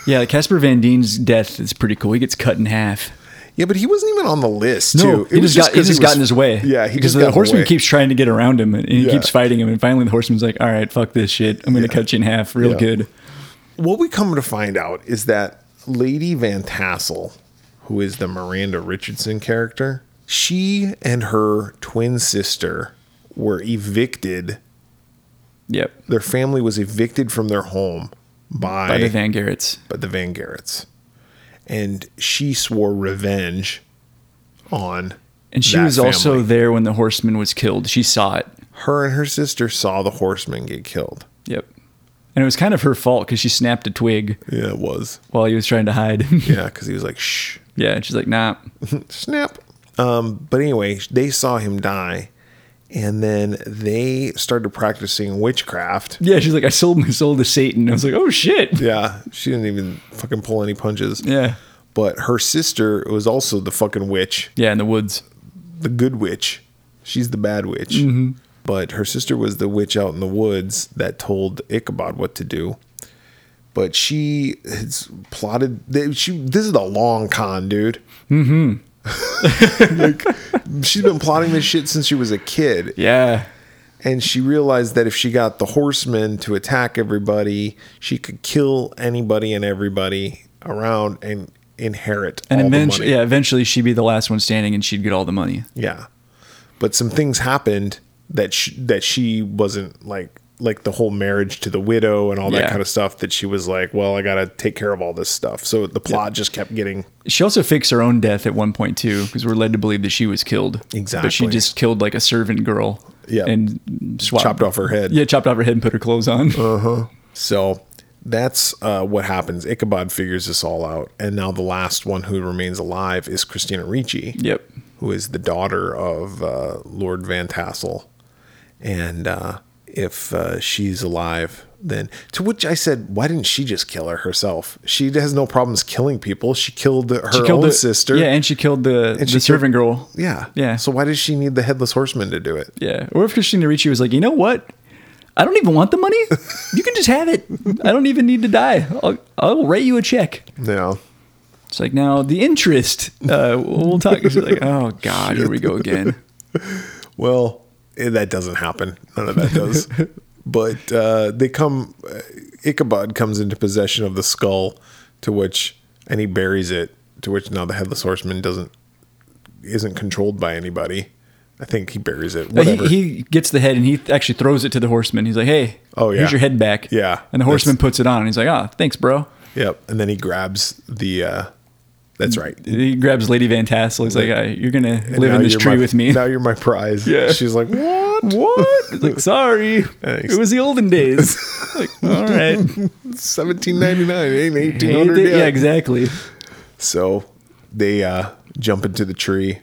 A: yeah. Casper Van Dien's death is pretty cool. He gets cut in half.
B: Yeah, but he wasn't even on the list, too.
A: No, he just, got, he
B: 'cause
A: just got in
B: was-
A: his way.
B: Yeah, he
A: because
B: just
A: the
B: got in
A: horseman
B: way.
A: keeps trying to get around him, and he
B: Yeah.
A: keeps fighting him. And finally, the horseman's like, "All right, fuck this shit. I'm gonna
B: Yeah.
A: cut you in half, real
B: Yeah.
A: good."
B: What we come to find out is that Lady Van Tassel, who is the Miranda Richardson character, she and her twin sister were evicted.
A: Yep.
B: Their family was evicted from their home by,
A: By the Van Garretts.
B: by the Van Garretts. And she swore revenge on.
A: And she
B: that
A: was also
B: family.
A: there when the horseman was killed. She saw it.
B: Her and her sister saw the horseman get killed.
A: Yep. And it was kind of her fault because she snapped a twig
B: Yeah, it was.
A: while he was trying to hide.
B: Yeah, because he was like, shh.
A: yeah. And she's like, "Nah."
B: snap. Um, but anyway, they saw him die, And then they started practicing witchcraft.
A: Yeah, she's like, I sold my soul to Satan. I was like, oh shit.
B: Yeah, she didn't even fucking pull any punches.
A: Yeah.
B: But her sister was also the fucking witch,
A: Yeah, in the woods.
B: the good witch. She's the bad witch.
A: Mm-hmm.
B: But her sister was the witch out in the woods that told Ichabod what to do. But she has plotted. They, she this is a long con, dude. Mm-hmm. like, she's been plotting this shit since she was a kid
A: Yeah.
B: and she realized that if she got the horsemen to attack everybody, she could kill anybody and everybody around and inherit
A: And
B: all
A: eventually,
B: the money.
A: yeah, eventually she'd be the last one standing and she'd get all the money.
B: yeah. But some things happened that she, that she wasn't like like the whole marriage to the widow and all that
A: Yeah.
B: kind of stuff that she was like, well, I got to take care of all this stuff. So the plot just kept getting
A: She also fakes her own death at one point too, because we're led to believe that she was killed. But she
B: Exactly.
A: just killed like a servant girl.
B: Yeah.
A: And swapped,
B: chopped off her head.
A: Yeah, chopped off her head and put her clothes on.
B: So that's uh, what happens. Ichabod figures this all out, and now the last one who remains alive is Christina Ricci.
A: Yep.
B: who is the daughter of uh, Lord Van Tassel. And uh, if uh, she's alive, then to which I said, why didn't she just kill her herself? She has no problems killing people. She killed her own
A: the
B: sister.
A: Yeah, and she killed the, the
B: she
A: servant girl.
B: yeah.
A: Yeah.
B: So why does she need the headless horseman to do it?
A: Yeah. Or if Christina Ricci was like, you know what? I don't even want the money. You can just have it. I don't even need to die. I'll, I'll write you a check.
B: No.
A: It's like, now the interest. Uh, we'll talk. She's like, oh, God, here we go again.
B: Well, eh, that doesn't happen. None of that does. but uh, they come. Uh, Ichabod comes into possession of the skull, to which, and he buries it. To which now the headless horseman doesn't isn't controlled by anybody. I think he buries it.
A: But
B: Whatever.
A: Uh, he, he gets the head and he actually throws it to the horseman. He's like, hey,
B: Oh, yeah.
A: here's your head back.
B: Yeah.
A: And the horseman puts it on. And he's like, ah, thanks, bro.
B: yep. And then he grabs the. Uh, that's right.
A: He grabs Lady Van Tassel. He's like, ah, you're going to live
B: Now
A: in this
B: you're
A: tree
B: my-
A: with me.
B: Now you're my prize.
A: Yeah.
B: She's like, what?
A: what? It's like, sorry.
B: Thanks.
A: It was the olden days. like, all right.
B: Seventeen ninety nine. Ain't eighteen
A: Hate
B: hundred.
A: it? Yeah, exactly.
B: So they uh, jump into the tree,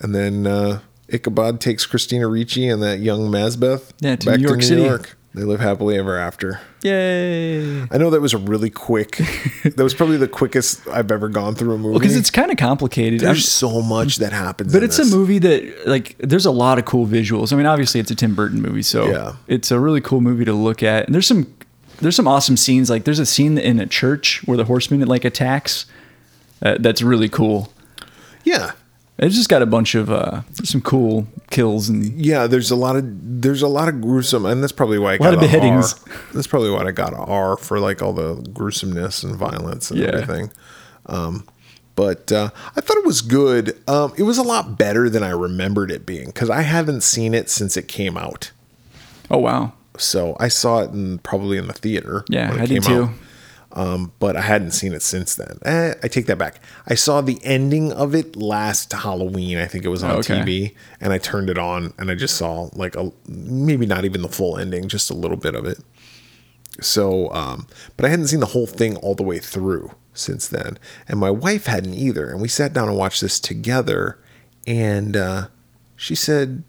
B: and then uh, Ichabod takes Christina Ricci and that young Masbeth
A: Yeah, to New York City.
B: They live happily ever after.
A: Yay.
B: I know that was a really quick. that was probably the quickest I've ever gone through a movie.
A: Because it's kind of complicated.
B: there's
A: I'm-
B: so much that happens,
A: but it's a movie that, like, there's a lot of cool visuals. I mean, obviously, it's a Tim Burton movie, so
B: Yeah.
A: it's a really cool movie to look at. And there's some. There's some awesome scenes. Like there's a scene in a church where the horseman like attacks. Uh, that's really cool.
B: Yeah,
A: It's just got a bunch of uh, some cool kills and
B: yeah. There's a lot of there's a lot of gruesome, and that's probably why I got
A: lot of
B: a R.
A: beheadings.
B: That's probably why I got an R for like all the gruesomeness and violence and
A: Yeah.
B: everything. Um, but uh, I thought it was good. Um, it was a lot better than I remembered it being because I haven't seen it since it came out.
A: oh wow
B: So I saw it in probably in the theater.
A: yeah
B: when it
A: I did
B: came out.
A: too.
B: Um, but I hadn't seen it since then. Eh, I take that back. I saw the ending of it last Halloween. I think it was on
A: Okay.
B: TV, and I turned it on and I just saw like a maybe not even the full ending, just a little bit of it. So, um, but I hadn't seen the whole thing all the way through since then, and my wife hadn't either. And we sat down and watched this together, and uh, she said,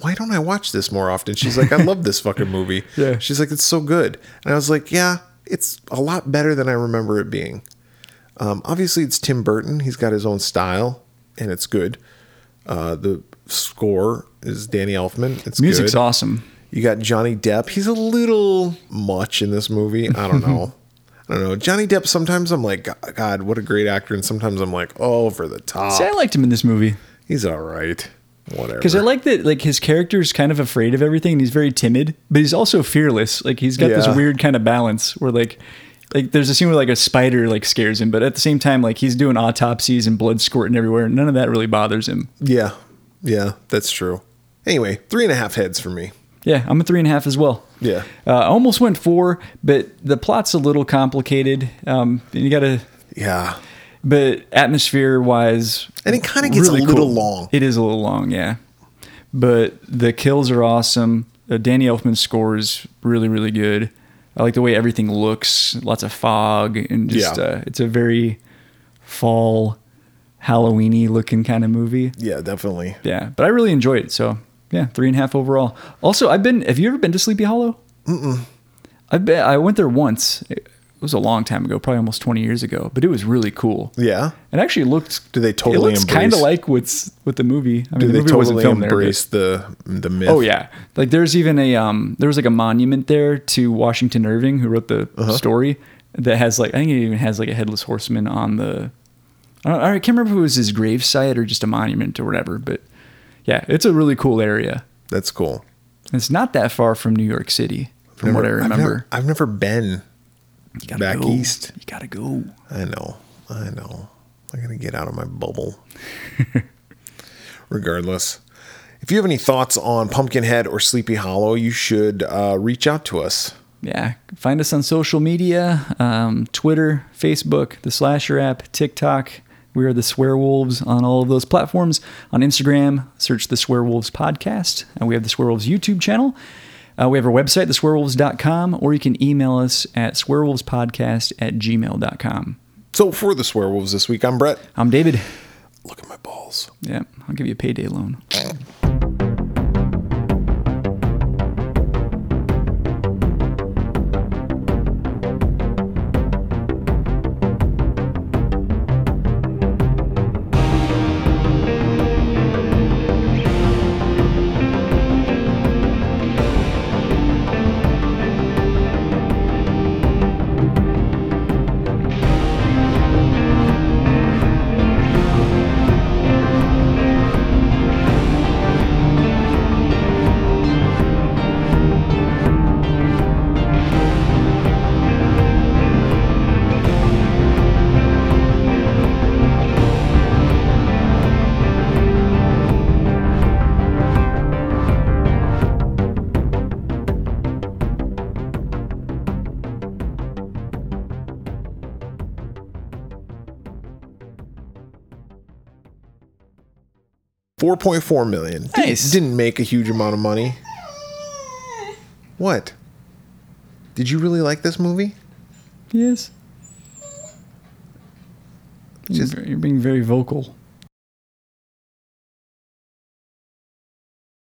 B: "Why don't I watch this more often?" She's like, "I love this fucking movie."
A: Yeah.
B: She's like, "It's so good," and I was like, "Yeah, it's a lot better than I remember it being." Um, obviously, it's Tim Burton. He's got his own style, and it's good. Uh, the score is Danny Elfman. It's
A: Music's
B: good.
A: awesome.
B: You got Johnny Depp. He's a little much in this movie. I don't know. I don't know. Johnny Depp, sometimes I'm like, "God- God, what a great actor. And sometimes I'm like, oh, over the top.
A: See, I liked him in this movie.
B: He's all right. Whatever.
A: Because I like that, like his character's kind of afraid of everything, and he's very timid, but he's also fearless. Like he's got this
B: Yeah.
A: weird kind of balance where, like, like there's a scene where like a spider like scares him, but at the same time, like he's doing autopsies and blood squirting everywhere, and none of that really bothers him.
B: yeah. Yeah, that's true. Anyway, three and a half heads for me.
A: Yeah, I'm a three and a half as well.
B: Yeah.
A: uh, I almost went four, but the plot's a little complicated. Um, and you gotta,
B: Yeah.
A: but atmosphere wise,
B: And it kind of gets a little long.
A: It is a little long, yeah. But the kills are awesome. Uh, Danny Elfman's score is really, really good. I like the way everything looks. Lots of fog and just
B: Yeah.
A: uh, it's a very fall, Halloweeny looking kind of movie.
B: Yeah, definitely.
A: Yeah, but I really enjoy it. So Yeah, three and a half overall. Also, I've been. Have you ever been to Sleepy Hollow? Mm-mm. I bet I went there once. It was a long time ago, probably almost twenty years ago, but it was really cool.
B: Yeah.
A: It actually looked.
B: Do they totally
A: It looks kind of
B: embrace-
A: like what's with the movie. I mean,
B: Do
A: the
B: they
A: movie wasn't
B: totally
A: filmed there. but-
B: embrace the the myth?
A: Oh yeah, like there's even a um, there was like a monument there to Washington Irving, who wrote the
B: Uh-huh.
A: story that has like I think it even has like a headless horseman on the. I, don't, I can't remember if it was his gravesite or just a monument or whatever, but yeah, it's a really cool area.
B: That's cool.
A: And It's not that far from New York City, from what I
B: Never- I've
A: remember.
B: never- I've never been.
A: You gotta
B: back
A: go.
B: east.
A: You gotta go.
B: I know. I know. I'm going to get out of my bubble. Regardless. If you have any thoughts on Pumpkinhead or Sleepy Hollow, you should uh, reach out to us.
A: Yeah, find us on social media: um, Twitter, Facebook, the Slasher app, TikTok. We are the Swearwolves on all of those platforms. On Instagram, search the Swearwolves podcast, and we have the Swearwolves YouTube channel. Uh, we have our website, theswearwolves.com, or you can email us at swearwolvespodcast at gmail.com.
B: So for the Swearwolves this week, I'm Brett.
A: I'm David.
B: Look at my balls.
A: Yeah, I'll give you a payday loan.
B: Four point four million. Didn't-
A: Nice.
B: Didn't, make a huge amount of money. What? Did you really like this movie?
A: Yes.
B: Just-
A: you're being very vocal.